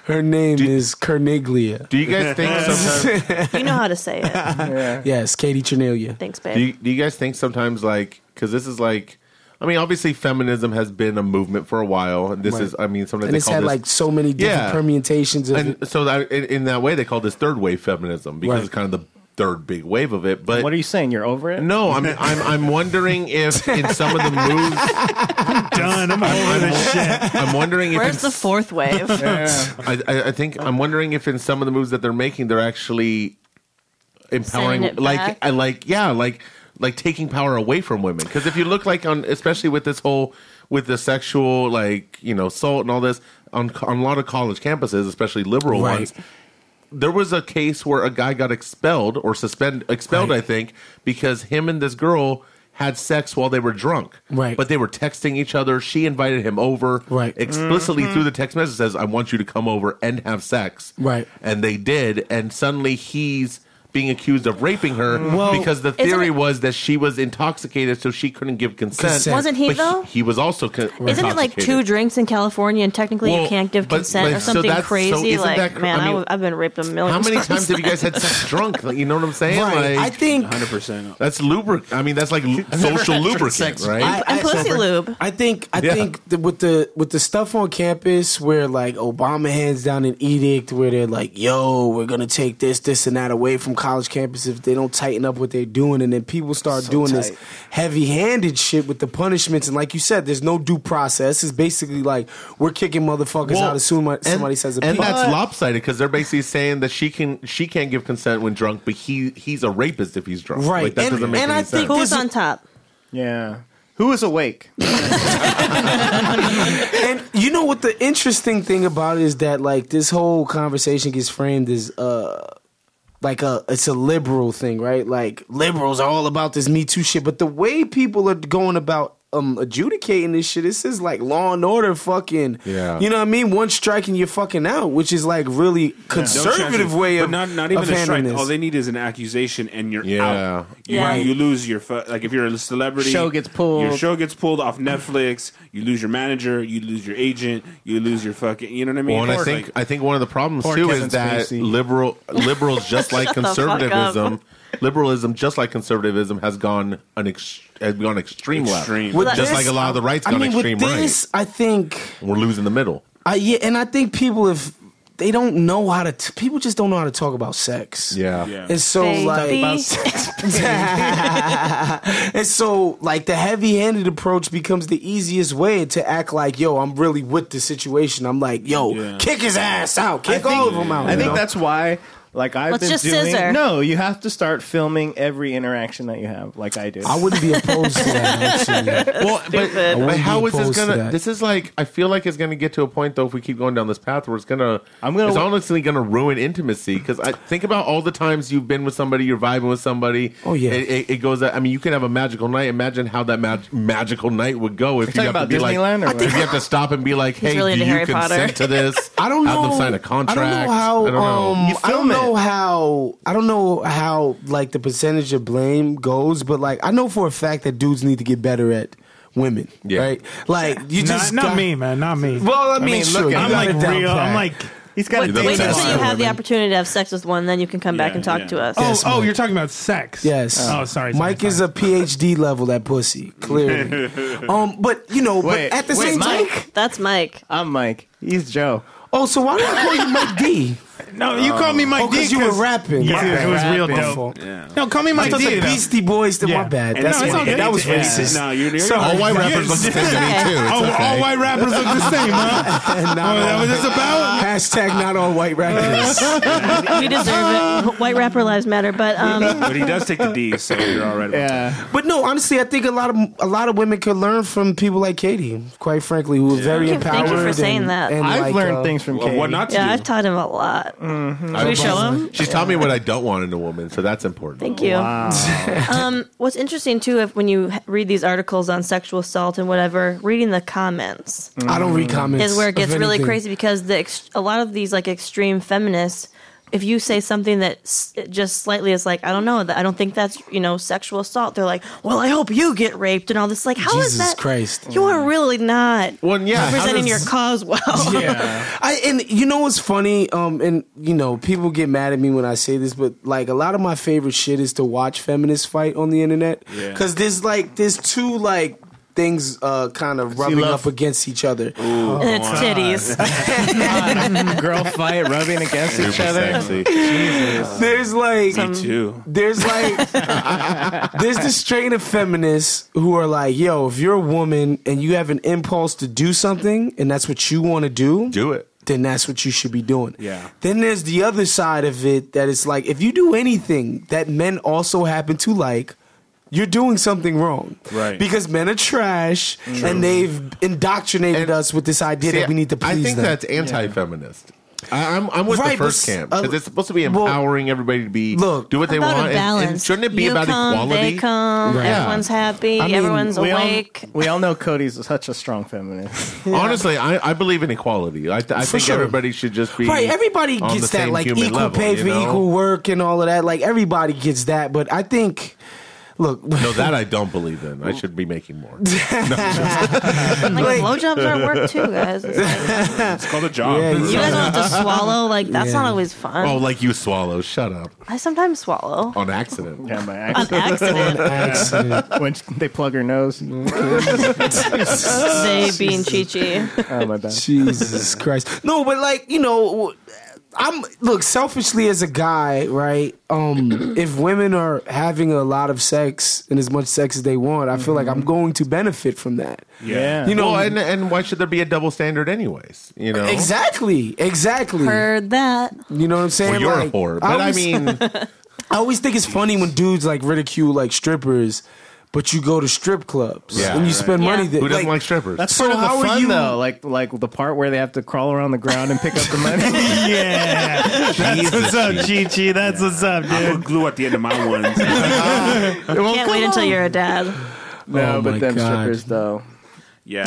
Speaker 4: Her name is Carniglia.
Speaker 6: do you guys think sometimes?
Speaker 3: you know how to say it.
Speaker 4: Yes, Katie Cornelia.
Speaker 3: Thanks,
Speaker 6: Do
Speaker 3: babe.
Speaker 6: you, do you guys think sometimes like because this is like, I mean, obviously feminism has been a movement for a while. And this is, I mean, sometimes
Speaker 4: And
Speaker 6: they
Speaker 4: it's
Speaker 6: call
Speaker 4: had
Speaker 6: this,
Speaker 4: like so many different
Speaker 6: Yeah.
Speaker 4: permutations of it.
Speaker 6: and so that in, in that way they call this third wave feminism because
Speaker 4: Right.
Speaker 6: it's kind of the third big wave of it. But
Speaker 7: what are you saying? You're over it?
Speaker 6: No, I'm I'm I'm wondering if in some of the moves,
Speaker 1: Done. I'm over this shit.
Speaker 6: I'm wondering if
Speaker 3: Where's
Speaker 6: in
Speaker 3: the fourth wave?
Speaker 6: I, I- I think I'm wondering if in some of the moves that they're making, they're actually empowering,
Speaker 3: Sending it back.
Speaker 6: like, I like, yeah, like, like taking power away from women. Because if you look like on, especially with this whole, with the sexual, like, you know, assault and all this on on a lot of college campuses, especially liberal
Speaker 4: Right.
Speaker 6: ones. There was a case where a guy got expelled or suspended, expelled, I think, because him and this girl had sex while they were drunk.
Speaker 4: Right.
Speaker 6: But they were texting each other. She invited him over
Speaker 4: Right.
Speaker 6: explicitly
Speaker 3: Mm-hmm.
Speaker 6: through the text message says, "I want you to come over and have sex."
Speaker 4: Right.
Speaker 6: and they did, and suddenly he's being accused of raping her
Speaker 4: Mm.
Speaker 6: because the
Speaker 3: Isn't
Speaker 6: theory
Speaker 3: it-
Speaker 6: was that she was intoxicated, so she couldn't give consent.
Speaker 4: Consent.
Speaker 3: Wasn't he
Speaker 6: But
Speaker 3: though?
Speaker 6: He was also. Co-
Speaker 3: Isn't it like two
Speaker 6: intoxicated.
Speaker 3: drinks in California and technically you
Speaker 6: Well,
Speaker 3: can't give
Speaker 6: but-
Speaker 3: consent
Speaker 6: but-
Speaker 3: or
Speaker 6: so
Speaker 3: something
Speaker 6: that's- so
Speaker 3: crazy?
Speaker 6: isn't
Speaker 3: like,
Speaker 6: that cr-
Speaker 3: man,
Speaker 6: I
Speaker 3: I
Speaker 6: mean,
Speaker 3: w- I've been raped a million
Speaker 6: How many
Speaker 3: times.
Speaker 6: times have you guys had sex drunk? Like, you know what I'm saying?
Speaker 4: Right. I
Speaker 6: Like,
Speaker 4: think
Speaker 5: 100%.
Speaker 6: that's lubric. I mean, that's like lu- social lubricant, right?
Speaker 4: I-
Speaker 3: And
Speaker 4: I-
Speaker 3: pussy lube.
Speaker 4: I think I
Speaker 6: Yeah.
Speaker 4: think that with the with the stuff on campus where like Obama hands down an edict where they're like, "Yo, we're gonna take this, this, and that away from college campus if they don't tighten up what they're doing," and then people start doing this
Speaker 7: tight.
Speaker 4: heavy-handed shit with the punishments, and like you said, there's no due process. It's basically like we're kicking motherfuckers
Speaker 6: Well,
Speaker 4: out as soon as
Speaker 6: and-
Speaker 4: somebody says a
Speaker 6: and
Speaker 4: peep.
Speaker 6: that's lopsided because they're basically saying that she can she can't give consent when drunk, but he he's a rapist if he's drunk.
Speaker 4: Right.
Speaker 6: Like, that
Speaker 4: And-
Speaker 6: doesn't make
Speaker 4: and
Speaker 6: any
Speaker 4: I think-
Speaker 6: sense.
Speaker 3: Who's
Speaker 4: This-
Speaker 3: on top?
Speaker 7: Yeah. Who is awake?
Speaker 4: and you know what the interesting thing about it is that like this whole conversation gets framed as uh like a it's a liberal thing, right? Like liberals are all about this Me Too shit, but the way people are going about um adjudicating this shit, this is like law and order fucking
Speaker 6: Yeah.
Speaker 4: You know what I mean? One strike and you're fucking out, which is like really conservative
Speaker 5: No
Speaker 4: way
Speaker 5: chances.
Speaker 4: of,
Speaker 5: but not not even
Speaker 4: of
Speaker 5: a
Speaker 4: handling
Speaker 5: strike.
Speaker 4: this.
Speaker 5: All they need is an accusation, and you're
Speaker 6: Yeah.
Speaker 5: out. You,
Speaker 3: Yeah.
Speaker 5: you lose your fu- like if you're a celebrity,
Speaker 7: Show gets pulled.
Speaker 5: Your show gets pulled off Netflix. You lose your manager. You lose your agent. You lose your fucking. You know what I mean?
Speaker 6: Well, and I
Speaker 5: It's
Speaker 6: think
Speaker 5: like-
Speaker 6: I think one of the problems
Speaker 8: Poor
Speaker 6: too
Speaker 8: Kevin
Speaker 6: is that
Speaker 8: Spacey.
Speaker 6: liberal liberals just like
Speaker 3: the fuck up.
Speaker 6: conservatism, liberalism just like conservatism has gone an ex, has gone extreme,
Speaker 5: Extreme.
Speaker 6: left,
Speaker 3: With
Speaker 6: just
Speaker 3: this-
Speaker 6: like a lot of the right's
Speaker 4: I
Speaker 6: gone
Speaker 4: mean,
Speaker 6: extreme
Speaker 4: with this,
Speaker 6: right.
Speaker 4: I think
Speaker 6: We're losing the middle.
Speaker 4: I yeah, and I think people if they don't know how to t- people just don't know how to talk about sex.
Speaker 6: Yeah.
Speaker 5: Yeah.
Speaker 4: And so like and so, like, the heavy handed approach becomes the easiest way to act like, yo, I'm really with the situation. I'm like, yo,
Speaker 5: Yeah.
Speaker 4: kick his ass out. Kick
Speaker 7: think-
Speaker 4: all of them out.
Speaker 7: I
Speaker 4: you
Speaker 7: think
Speaker 4: know?
Speaker 7: that's why. Like I've
Speaker 3: Let's
Speaker 7: been
Speaker 3: just
Speaker 7: doing.
Speaker 3: scissor.
Speaker 7: No, you have to start filming every interaction that you have, like I do.
Speaker 4: I wouldn't be opposed to that. actually.
Speaker 6: Well, but, but
Speaker 4: wouldn't
Speaker 6: how
Speaker 4: be
Speaker 6: is this
Speaker 4: opposed to
Speaker 6: gonna?
Speaker 4: that.
Speaker 6: This is like I feel like it's gonna get to a point though. If we keep going down this path, where it's gonna,
Speaker 7: I'm gonna-
Speaker 6: it's honestly gonna ruin intimacy. Because I think about all the times you've been with somebody, you're vibing with somebody.
Speaker 4: Oh, yeah.
Speaker 6: it, it, it goes. I mean, you can have a magical night. Imagine how that mag- magical night would go if you,
Speaker 7: talking
Speaker 6: have to
Speaker 7: about
Speaker 6: be
Speaker 7: Disneyland or
Speaker 6: like,
Speaker 7: what?
Speaker 6: if you have to stop and be like, hey,
Speaker 3: really
Speaker 6: do
Speaker 3: into
Speaker 6: you
Speaker 3: Harry
Speaker 6: consent
Speaker 3: Potter.
Speaker 6: to this?
Speaker 4: I don't know.
Speaker 6: Have them sign a contract.
Speaker 4: I don't know how.
Speaker 6: I don't know.
Speaker 4: um,
Speaker 7: You
Speaker 4: I don't
Speaker 7: film it.
Speaker 4: know how. I don't know how like the percentage of blame goes, but like I know for a fact that dudes need to get better at women.
Speaker 6: Yeah.
Speaker 4: Right? Like you
Speaker 1: Not,
Speaker 4: just got-
Speaker 1: not me, man. Not me.
Speaker 4: Well, I mean,
Speaker 7: mean,
Speaker 4: sure,
Speaker 7: look,
Speaker 4: you
Speaker 1: I'm
Speaker 4: got
Speaker 1: like
Speaker 4: it down
Speaker 1: real. I'm
Speaker 4: pat.
Speaker 1: like.
Speaker 7: He's got a
Speaker 6: You're the
Speaker 7: date
Speaker 3: Wait
Speaker 6: best
Speaker 7: night.
Speaker 3: until you
Speaker 6: Women.
Speaker 3: have the opportunity to have sex with one, then you can come back
Speaker 5: Yeah,
Speaker 3: and talk
Speaker 5: yeah.
Speaker 3: to us.
Speaker 1: Oh,
Speaker 4: Yes,
Speaker 1: oh,
Speaker 4: Mike.
Speaker 1: you're talking about sex.
Speaker 4: Yes.
Speaker 1: Oh, sorry. sorry,
Speaker 4: Mike
Speaker 1: sorry.
Speaker 4: is a PhD level at pussy, clearly. um, but you know,
Speaker 7: Wait,
Speaker 4: but at the
Speaker 7: wait,
Speaker 4: same
Speaker 7: Mike?
Speaker 4: time,
Speaker 3: That's Mike.
Speaker 7: I'm Mike. He's Joe.
Speaker 4: oh, so why did I call you Mike D?
Speaker 1: No, you called me Mike
Speaker 4: Oh,
Speaker 1: D.
Speaker 4: 'cause you were rapping.
Speaker 1: Yeah,
Speaker 4: My
Speaker 1: it was
Speaker 7: bad.
Speaker 1: real
Speaker 7: My
Speaker 1: dope. No, call me
Speaker 4: I
Speaker 1: Mike
Speaker 4: thought
Speaker 1: D.
Speaker 4: the
Speaker 1: though.
Speaker 4: Beastie Boys did
Speaker 1: Yeah.
Speaker 4: my bad.
Speaker 5: And
Speaker 4: That's
Speaker 5: no, it's
Speaker 4: what,
Speaker 5: okay.
Speaker 4: that was
Speaker 5: Yeah.
Speaker 4: racist.
Speaker 5: No, you're, you're
Speaker 6: All
Speaker 5: Sorry.
Speaker 6: white rappers look the same to me too. It's
Speaker 1: All,
Speaker 6: okay.
Speaker 1: all white rappers look the same, huh?
Speaker 4: And
Speaker 1: Oh, that was just about.
Speaker 4: Hashtag not all white rappers.
Speaker 3: We deserve it. White rapper lives matter, but um,
Speaker 5: but he does take the D, so you're all right. About that.
Speaker 7: Yeah.
Speaker 4: but no, honestly, I think a lot of a lot of women could learn from people like Katie. Quite frankly, who were very
Speaker 3: Thank you-
Speaker 4: empowered.
Speaker 3: thank you for saying
Speaker 4: and-
Speaker 3: that.
Speaker 4: and
Speaker 7: I've
Speaker 4: like,
Speaker 7: learned
Speaker 4: uh,
Speaker 7: things from
Speaker 5: Well,
Speaker 7: Katie.
Speaker 5: what not to
Speaker 3: yeah,
Speaker 5: do?
Speaker 3: I've taught him a lot.
Speaker 6: I-
Speaker 3: we show him?
Speaker 6: She's taught me what I don't want in a woman, so that's important.
Speaker 3: Thank you. um, what's interesting too, if when you h- read these articles on sexual assault and whatever, reading the comments
Speaker 6: Mm.
Speaker 4: I don't read comments.
Speaker 3: is where it
Speaker 4: of
Speaker 3: gets really
Speaker 4: anything.
Speaker 3: crazy because the ex- a lot of these like extreme feminists, if you say something that s- just slightly is like, I don't know, that I don't think that's you know sexual assault, they're like, well, I hope you get raped and all this. Like, how is
Speaker 4: Jesus
Speaker 3: that?
Speaker 4: Christ.
Speaker 3: you are really not
Speaker 6: Well, yeah, how
Speaker 3: representing
Speaker 6: does-
Speaker 3: your cause well.
Speaker 4: I and you know what's funny? Um, and you know people get mad at me when I say this, but like a lot of my favorite shit is to watch feminists fight on the internet
Speaker 5: Yeah.
Speaker 4: because there's like there's two like things uh kind of rubbing
Speaker 7: love-
Speaker 4: up against each other.
Speaker 3: and it's titties.
Speaker 7: girl fight rubbing against each other?
Speaker 4: There's like
Speaker 5: Me too.
Speaker 4: there's like there's the strain of feminists who are like, yo, if you're a woman and you have an impulse to do something and that's what you want to do,
Speaker 6: Do it.
Speaker 4: then that's what you should be doing.
Speaker 5: Yeah.
Speaker 4: Then there's the other side of it that it's like if you do anything that men also happen to like, you're doing something wrong.
Speaker 5: Right.
Speaker 4: Because men are trash and they've indoctrinated
Speaker 6: And-
Speaker 4: us with this idea
Speaker 6: See,
Speaker 4: that we need to please
Speaker 6: I think
Speaker 4: them.
Speaker 6: that's anti-feminist. I, I'm I'm with
Speaker 4: Right, but
Speaker 6: the first
Speaker 4: s-
Speaker 6: camp because
Speaker 4: uh,
Speaker 6: it's supposed to be
Speaker 4: well,
Speaker 6: empowering everybody to be
Speaker 4: look,
Speaker 6: do what they
Speaker 3: about
Speaker 6: want.
Speaker 3: a
Speaker 6: and-
Speaker 3: balance.
Speaker 6: And, shouldn't it be
Speaker 3: you
Speaker 6: about
Speaker 3: come,
Speaker 6: equality?
Speaker 3: They come.
Speaker 4: Right.
Speaker 3: Everyone's happy.
Speaker 4: I mean,
Speaker 3: everyone's
Speaker 7: We all,
Speaker 3: awake.
Speaker 7: we all know Cody's such a strong feminist.
Speaker 6: Honestly, I, I believe in equality. I, I
Speaker 4: For
Speaker 6: think
Speaker 4: sure.
Speaker 6: everybody should just be
Speaker 4: Right, everybody
Speaker 6: on
Speaker 4: gets
Speaker 6: the
Speaker 4: that,
Speaker 6: same
Speaker 4: like
Speaker 6: human
Speaker 4: equal
Speaker 6: level,
Speaker 4: pay
Speaker 6: you
Speaker 4: for
Speaker 6: know?
Speaker 4: equal work and all of that. Like everybody gets that, but I think, look,
Speaker 6: No, that I don't believe in. I should be making more.
Speaker 3: Like, blowjobs are work too, guys. It's like,
Speaker 5: It's called a job.
Speaker 4: Yeah,
Speaker 3: you guys don't have to swallow. Like that's
Speaker 4: Yeah.
Speaker 3: not always fun.
Speaker 6: oh, like you swallow. Shut up.
Speaker 3: I sometimes swallow
Speaker 6: On accident.
Speaker 7: Yeah, by
Speaker 3: on
Speaker 7: accident.
Speaker 3: accident.
Speaker 4: accident.
Speaker 7: when they plug her nose.
Speaker 3: they being Chi Chi.
Speaker 7: Oh, my bad.
Speaker 4: Jesus Christ. No, but like you know, I'm look selfishly as a guy, right? Um, if women are having a lot of sex and as much sex as they want, I feel like I'm going to benefit from that.
Speaker 7: Yeah.
Speaker 4: You know,
Speaker 6: Mm-hmm. Well, and, and why should there be a double standard, anyways? You know,
Speaker 4: exactly, exactly.
Speaker 3: Heard that.
Speaker 4: You know what I'm saying?
Speaker 6: Well, you're
Speaker 4: Like,
Speaker 6: a whore, but I
Speaker 4: always-
Speaker 6: mean,
Speaker 4: I always think it's funny when dudes like ridicule like strippers, but you go to strip clubs
Speaker 6: Yeah.
Speaker 4: and you spend
Speaker 3: Yeah.
Speaker 4: money there.
Speaker 6: Who doesn't like, strippers?
Speaker 7: That's
Speaker 4: So
Speaker 7: part of the
Speaker 4: how are
Speaker 7: fun,
Speaker 4: you-
Speaker 7: though. Like, like the part where they have to crawl around the ground and pick up the money.
Speaker 1: Yeah.
Speaker 6: Jesus,
Speaker 1: What's up,
Speaker 6: Jesus.
Speaker 1: Chi Chi? That's what's up,
Speaker 5: I
Speaker 1: dude.
Speaker 5: put glue at the end of my ones.
Speaker 7: Well,
Speaker 3: Can't wait
Speaker 7: come
Speaker 3: until
Speaker 7: on.
Speaker 3: you're a dad.
Speaker 7: No,
Speaker 4: Oh my
Speaker 7: but them
Speaker 4: God.
Speaker 7: strippers though.
Speaker 5: yeah.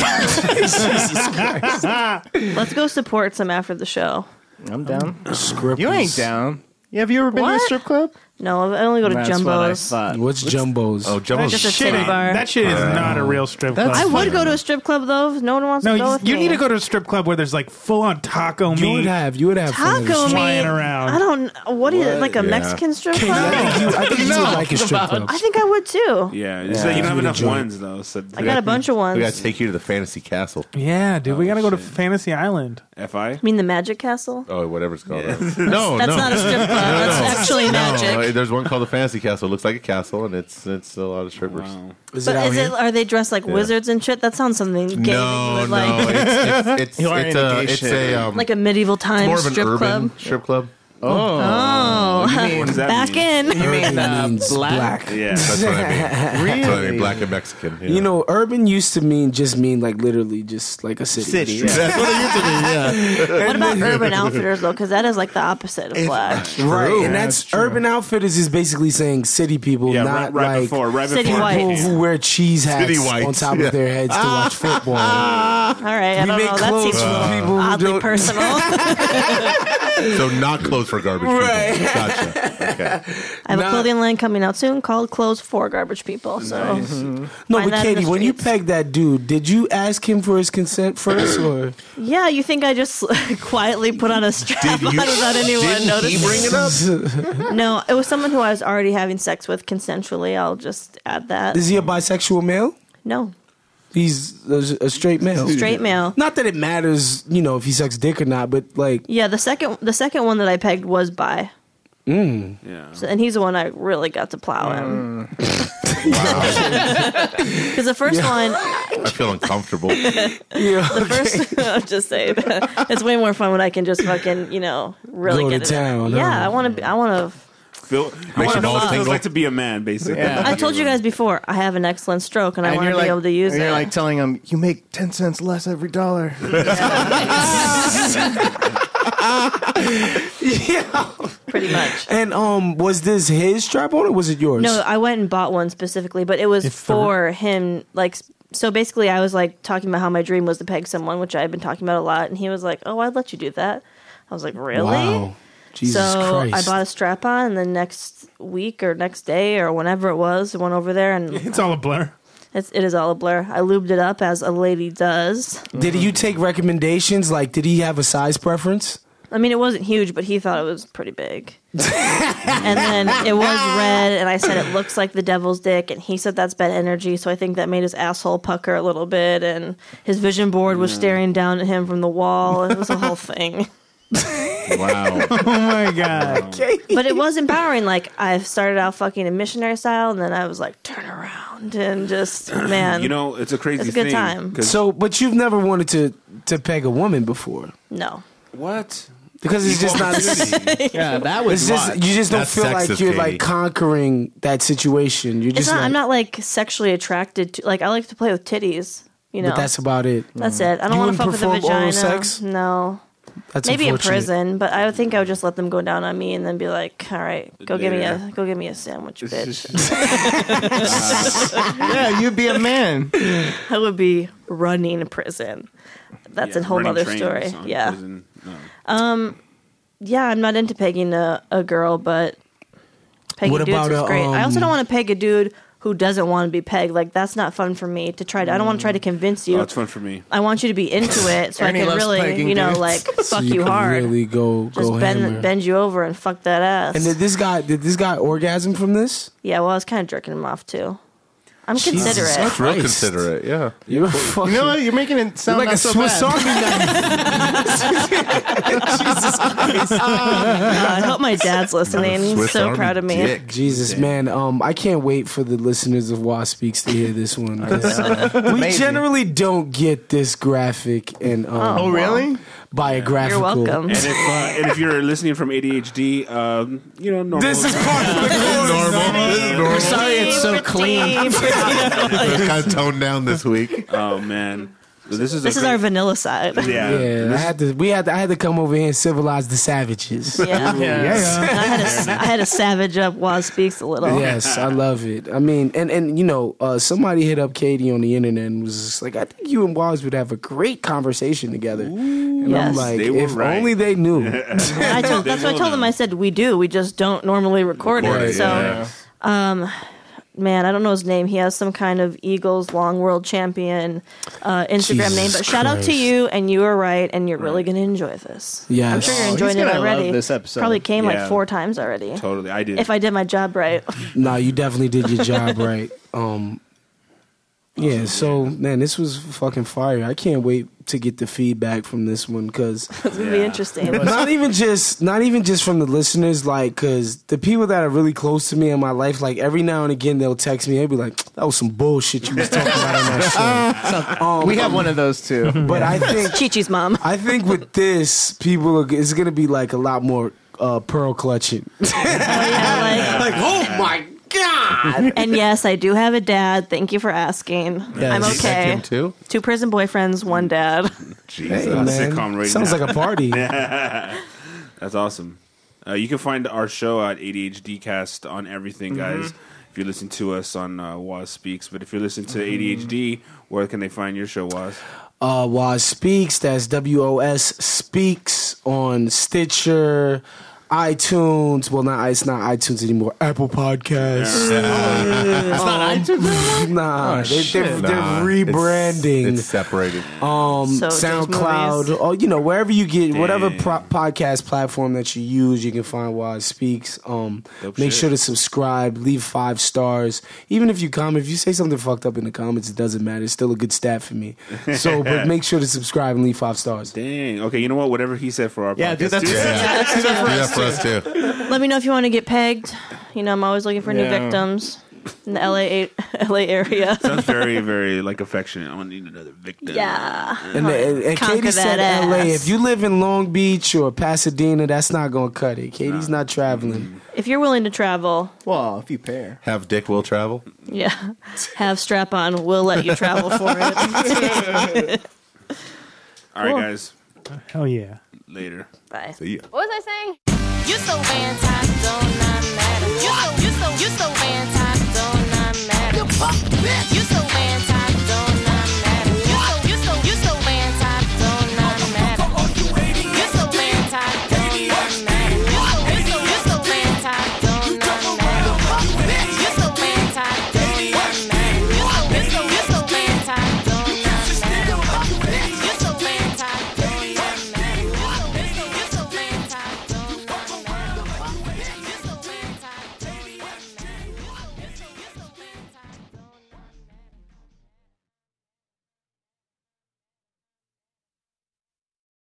Speaker 3: Let's go support some after the show.
Speaker 7: I'm down.
Speaker 4: Strippers.
Speaker 7: You ain't down. Yeah, have you ever been to a
Speaker 3: What?
Speaker 7: strip club?
Speaker 3: No, I only go to Jumbo's. I,
Speaker 7: thought.
Speaker 4: What's jumbos?
Speaker 6: Oh,
Speaker 1: That
Speaker 6: Jumbo's
Speaker 3: Just a
Speaker 1: shit,
Speaker 3: titty
Speaker 1: ain't-
Speaker 3: bar.
Speaker 1: that shit is not a real strip club.
Speaker 7: That's- I
Speaker 3: would go to a strip club though. If no one wants
Speaker 1: no,
Speaker 3: to go
Speaker 1: you,
Speaker 3: with
Speaker 1: you
Speaker 3: me.
Speaker 1: need to go to a strip club where there's like full on taco
Speaker 4: you would
Speaker 1: meat.
Speaker 4: have. You would have fun at a
Speaker 3: taco
Speaker 4: strip-
Speaker 1: flying
Speaker 3: meat.
Speaker 1: around.
Speaker 3: I don't. What is it? Like a
Speaker 6: Yeah.
Speaker 3: Mexican strip
Speaker 4: I
Speaker 3: club?
Speaker 4: think you, I think you would like a strip club.
Speaker 3: I think I would too.
Speaker 5: Yeah, it's like you don't have enough ones though. So
Speaker 3: I got a bunch of
Speaker 6: we
Speaker 3: ones.
Speaker 6: gotta take you to the fantasy castle.
Speaker 1: Yeah, dude, we gotta go to Fantasy Island.
Speaker 5: Fi.
Speaker 3: I mean the Magic Castle.
Speaker 6: Oh, whatever it's called. No,
Speaker 3: That's
Speaker 6: no.
Speaker 3: not a strip club. That's actually magic.
Speaker 6: No, there's one called the Fantasy Castle. It looks like a castle, and it's it's a lot of strippers.
Speaker 4: Is it
Speaker 3: But
Speaker 4: out
Speaker 3: is
Speaker 4: here?
Speaker 3: it? Are they dressed like wizards and shit? That sounds something gay that you
Speaker 6: No,
Speaker 3: would
Speaker 6: no,
Speaker 3: like.
Speaker 6: it's it's it's,
Speaker 7: You are
Speaker 6: it's
Speaker 7: into
Speaker 6: a
Speaker 7: gay
Speaker 6: it's
Speaker 7: shit.
Speaker 6: a um,
Speaker 3: Like a medieval
Speaker 6: it's
Speaker 3: time
Speaker 6: more of an
Speaker 3: strip
Speaker 6: urban
Speaker 3: club.
Speaker 6: strip club.
Speaker 7: Oh, you mean,
Speaker 5: What does that
Speaker 3: Back
Speaker 5: mean?
Speaker 3: in.
Speaker 7: you mean uh,
Speaker 4: means
Speaker 7: black?
Speaker 5: Yeah,
Speaker 6: That's what I mean. That's what I mean.
Speaker 7: Really?
Speaker 6: Black and Mexican.
Speaker 4: You know, urban used to mean just mean like literally just like a city.
Speaker 7: City. Yeah.
Speaker 3: What about Urban Outfitters though? Because that is like the opposite of black.
Speaker 4: Right,
Speaker 6: True.
Speaker 4: and that's, urban outfitters is basically saying city people,
Speaker 5: yeah,
Speaker 4: not
Speaker 5: right, right
Speaker 4: like
Speaker 5: before, right
Speaker 3: City
Speaker 5: before.
Speaker 3: White.
Speaker 4: people who wear cheese hats
Speaker 6: City whites,
Speaker 4: on top
Speaker 6: yeah.
Speaker 4: of their heads to watch football.
Speaker 3: All right, I
Speaker 4: we
Speaker 3: don't
Speaker 4: make
Speaker 3: know. That
Speaker 4: clothes
Speaker 3: seems
Speaker 4: for people who
Speaker 3: oddly
Speaker 4: don't.
Speaker 3: personal.
Speaker 6: so not clothes for garbage. people.
Speaker 4: Right.
Speaker 6: Gotcha. Okay.
Speaker 3: I have
Speaker 4: Nah.
Speaker 3: a clothing line coming out soon called Clothes for Garbage People. So
Speaker 4: no,
Speaker 3: Find
Speaker 4: but
Speaker 3: that in the
Speaker 4: Katie, when you
Speaker 3: streets.
Speaker 4: pegged that dude, did you ask him for his consent first, or
Speaker 3: yeah, you think I just quietly put on a strap
Speaker 6: Did
Speaker 3: on
Speaker 6: you-
Speaker 3: without anyone
Speaker 6: didn't he
Speaker 3: noticing?
Speaker 6: bring it up?
Speaker 3: no, it was someone who I was already having sex with consensually. I'll just add that.
Speaker 4: is he a bisexual male?
Speaker 3: No,
Speaker 4: He's a, a straight male.
Speaker 3: straight male.
Speaker 4: Not that it matters, you know, if he sucks dick or not, but like,
Speaker 3: Yeah, the second the second one that I pegged was by,
Speaker 7: Mm.
Speaker 5: Yeah.
Speaker 3: and he's the one I really got to plow in. Because the first one,
Speaker 6: I feel uncomfortable.
Speaker 4: yeah,
Speaker 3: the first, I'll just say that. it's way more fun when I can just fucking you know really
Speaker 4: Go to
Speaker 3: get it in.
Speaker 4: town, huh?
Speaker 3: Yeah, I want to. I want to.
Speaker 5: Feel, I
Speaker 6: Makes
Speaker 5: want
Speaker 6: your
Speaker 5: to know
Speaker 6: balls
Speaker 5: what it feels
Speaker 6: tingle.
Speaker 5: like to be a man, basically.
Speaker 7: Yeah.
Speaker 3: I told you guys before, I have an excellent stroke, and I
Speaker 7: And
Speaker 3: want
Speaker 7: you're
Speaker 3: to
Speaker 7: like,
Speaker 3: be able to use
Speaker 7: and
Speaker 3: it.
Speaker 7: you're like telling them you make ten cents less every dollar.
Speaker 3: pretty much.
Speaker 4: And um, was this his strap on or was it yours?
Speaker 3: No, I went and bought one specifically, but it was for him. Like, so basically, I was like talking about how my dream was to peg someone, which I had been talking about a lot, and he was like, "Oh, I'd let you do that." I was like, "Really?"
Speaker 4: Wow. Jesus
Speaker 3: so
Speaker 4: Christ.
Speaker 3: I bought a strap on, and the next week or next day or whenever it was, I went over there, and
Speaker 1: It's all a blur.
Speaker 3: it's, it is all a blur. I lubed it up as a lady does.
Speaker 4: did you take recommendations? Like, did he have a size preference?
Speaker 3: I mean, it wasn't huge, but he thought it was pretty big. and then it was red, and I said it looks like the devil's dick, and he said that's bad energy. So I think that made his asshole pucker a little bit, and his vision board was staring down at him from the wall. and It was a whole thing,
Speaker 6: Wow.
Speaker 1: Oh my god.
Speaker 3: but it was empowering. Like I started out fucking in missionary style, and then I was like turn around and just man,
Speaker 5: You know, it's a crazy
Speaker 3: It's a good
Speaker 5: thing,
Speaker 3: time.
Speaker 5: 'cause-
Speaker 4: So, but you've never wanted to to peg a woman before
Speaker 3: no.
Speaker 5: what?
Speaker 4: because it's just not.
Speaker 7: yeah, that was
Speaker 4: It's just you just don't
Speaker 6: That's
Speaker 4: feel
Speaker 6: sexist,
Speaker 4: like you're
Speaker 6: Katie.
Speaker 4: like conquering that situation. You're
Speaker 3: It's
Speaker 4: just
Speaker 3: not.
Speaker 4: like,
Speaker 3: I'm not like sexually attracted to. Like I like to play with titties. You know,
Speaker 4: But that's about it.
Speaker 3: That's it. I don't
Speaker 4: You
Speaker 3: want
Speaker 4: wouldn't
Speaker 3: to fuck with a
Speaker 4: perform oral
Speaker 3: vagina.
Speaker 4: sex?
Speaker 3: No.
Speaker 4: That's
Speaker 3: Maybe in
Speaker 4: unfortunate.
Speaker 3: prison, but I would think I would just let them go down on me and then be like, "All right, go get me
Speaker 5: There.
Speaker 3: a go get me a sandwich, bitch."
Speaker 7: yeah, you'd be a man.
Speaker 3: I would be running prison. That's
Speaker 5: Yeah,
Speaker 3: a whole
Speaker 5: running
Speaker 3: other
Speaker 5: trains
Speaker 3: story.
Speaker 5: on
Speaker 3: Yeah, Um,
Speaker 5: prison. No.
Speaker 3: yeah. I'm not into pegging a, a girl, but pegging
Speaker 4: What
Speaker 3: dudes
Speaker 4: about
Speaker 3: is
Speaker 4: a,
Speaker 3: great. I also
Speaker 4: um,
Speaker 3: don't want to peg a dude who doesn't want to be pegged. Like that's not fun for me to try. To, I don't want to try to convince you.
Speaker 5: Oh, it's fun for me.
Speaker 3: I want you to be into it, so I
Speaker 7: Ernie
Speaker 3: can
Speaker 7: loves
Speaker 3: really,
Speaker 7: pegging
Speaker 3: you know,
Speaker 7: dudes.
Speaker 3: like
Speaker 4: So
Speaker 3: fuck
Speaker 4: you
Speaker 3: you
Speaker 4: could
Speaker 3: hard.
Speaker 4: Really go
Speaker 3: just
Speaker 4: go
Speaker 3: bend
Speaker 4: hammer.
Speaker 3: bend you over and fuck that ass.
Speaker 4: And did this guy did this guy orgasm from this?
Speaker 3: Yeah, well, I was kind of jerking him off too. I'm
Speaker 4: Jesus
Speaker 3: considerate.
Speaker 4: Christ.
Speaker 6: Real considerate. Yeah.
Speaker 4: You're fucking.
Speaker 7: You know what? You're making it sound
Speaker 4: like
Speaker 7: not
Speaker 4: a
Speaker 7: so
Speaker 4: Swiss
Speaker 7: bad.
Speaker 4: Army knife. Jesus
Speaker 3: God, I hope my dad's listening. He's
Speaker 6: Swiss
Speaker 3: so
Speaker 6: Army
Speaker 3: proud of me.
Speaker 6: dick.
Speaker 4: Jesus, man, um, I can't wait for the listeners of Wa Speaks to hear this one. 'cause we generally don't get this graphic, and um,
Speaker 7: Oh, really?
Speaker 4: biographical.
Speaker 3: You're welcome.
Speaker 5: And if, uh, and if you're listening from ADHD, um, you know, normal.
Speaker 4: This is part of the course.
Speaker 6: normal. This is normal.
Speaker 7: We're sorry it's so clean.
Speaker 6: kind of toned down this week.
Speaker 5: oh man, this is
Speaker 3: This
Speaker 5: a
Speaker 3: is
Speaker 5: great-
Speaker 3: our vanilla side.
Speaker 5: yeah.
Speaker 4: Yeah, I had to. We had. To, I had to come over here and civilize the savages.
Speaker 3: Yeah.
Speaker 7: Yes.
Speaker 3: I had a, I had a savage up while speaks a little.
Speaker 4: Yes, I love it. I mean, and and you know, uh, somebody hit up Katie on the internet and was just like, "I think you and Waz would have a great conversation together." and I'm
Speaker 3: Yes.
Speaker 4: like,
Speaker 5: They were
Speaker 4: if
Speaker 5: right.
Speaker 4: only they knew.
Speaker 3: I told, that's what I told them. I said we do. We just don't normally record,
Speaker 6: Record
Speaker 3: it.
Speaker 6: it,
Speaker 3: So,
Speaker 6: yeah.
Speaker 3: um, man, I don't know his name. He has some kind of Eagles long world champion uh, Instagram
Speaker 4: Jesus
Speaker 3: name. But shout out to
Speaker 4: Christ.
Speaker 3: you, and you are right, and you're really gonna enjoy this.
Speaker 4: Yes.
Speaker 3: I'm sure
Speaker 4: Oh,
Speaker 3: you're
Speaker 4: he's
Speaker 3: enjoying it
Speaker 7: gonna love
Speaker 3: already.
Speaker 7: this episode.
Speaker 3: Probably came
Speaker 5: Yeah.
Speaker 3: like four times already.
Speaker 5: Totally, I did.
Speaker 3: If I did my job right,
Speaker 4: no, you definitely did your job right. Um, yeah. So man, this was fucking fire. I can't wait to get the feedback from this one because.
Speaker 3: it's gonna be interesting.
Speaker 4: not even just not even just from the listeners like because the people that are really close to me in my life like every now and again they'll text me and be like that was some bullshit you was talking about on that
Speaker 7: we have one of those too.
Speaker 4: show but i think
Speaker 3: Chi-Chi's mom.
Speaker 4: i think with this people are it's gonna be like a lot more uh, pearl clutching
Speaker 3: Oh, Yeah, like,
Speaker 4: like oh my god
Speaker 3: and yes, I do have a dad. Thank you for asking. I'm
Speaker 4: Yes.
Speaker 3: okay.
Speaker 6: Him too.
Speaker 3: Two prison boyfriends, one dad.
Speaker 5: Jesus,
Speaker 4: Hey, man.
Speaker 5: sitcom right
Speaker 4: sounds
Speaker 5: now.
Speaker 4: like a party
Speaker 5: That's awesome. Uh, you can find our show at ADHDcast on everything, guys. If you listen to us on uh, Waz Speaks, but if you listen to ADHD, where can they find your show, Waz?
Speaker 4: uh, Waz Speaks. That's W O S Speaks on Stitcher, iTunes. Well, not it's not iTunes anymore. Apple Podcasts. it's not iTunes. nah, they, they're,
Speaker 6: Oh, Nah,
Speaker 4: they're rebranding.
Speaker 6: It's, it's separated.
Speaker 4: um,
Speaker 3: So, just
Speaker 4: SoundCloud,
Speaker 3: movies.
Speaker 4: or you know wherever you get whatever
Speaker 5: Dang.
Speaker 4: pro- podcast platform that you use, you can find Waz Speaks. Um,
Speaker 5: Dope
Speaker 4: make
Speaker 5: shit.
Speaker 4: sure to subscribe, leave five stars. Even if you comment, if you say something fucked up in the comments, it doesn't matter. It's still a good stat for me. So, but make sure to subscribe and leave five stars.
Speaker 5: Dang. Okay, you know what? Whatever he said for our
Speaker 7: Yeah,
Speaker 5: podcast,
Speaker 7: dude, that's
Speaker 5: too.
Speaker 6: Do that for us too.
Speaker 3: Let me know if you want to get pegged. You know, I'm always looking for new
Speaker 7: Yeah.
Speaker 3: victims in the LA a- LA area.
Speaker 5: sounds very, very like affectionate. I need another victim.
Speaker 3: yeah.
Speaker 4: And, and, and
Speaker 3: Conquer
Speaker 4: Katie said
Speaker 3: that
Speaker 4: LA.
Speaker 3: ass.
Speaker 4: If you live in Long Beach or Pasadena, that's not going to cut it. Katie's not traveling.
Speaker 3: If you're willing to travel,
Speaker 7: Well, if you pair.
Speaker 6: Have Dick will travel.
Speaker 3: yeah, have strap on. We'll let you travel for it.
Speaker 5: All right,
Speaker 3: Cool.
Speaker 5: guys.
Speaker 1: Hell yeah.
Speaker 5: Later.
Speaker 3: Bye.
Speaker 6: Yeah.
Speaker 8: What was I saying? You so fantastic.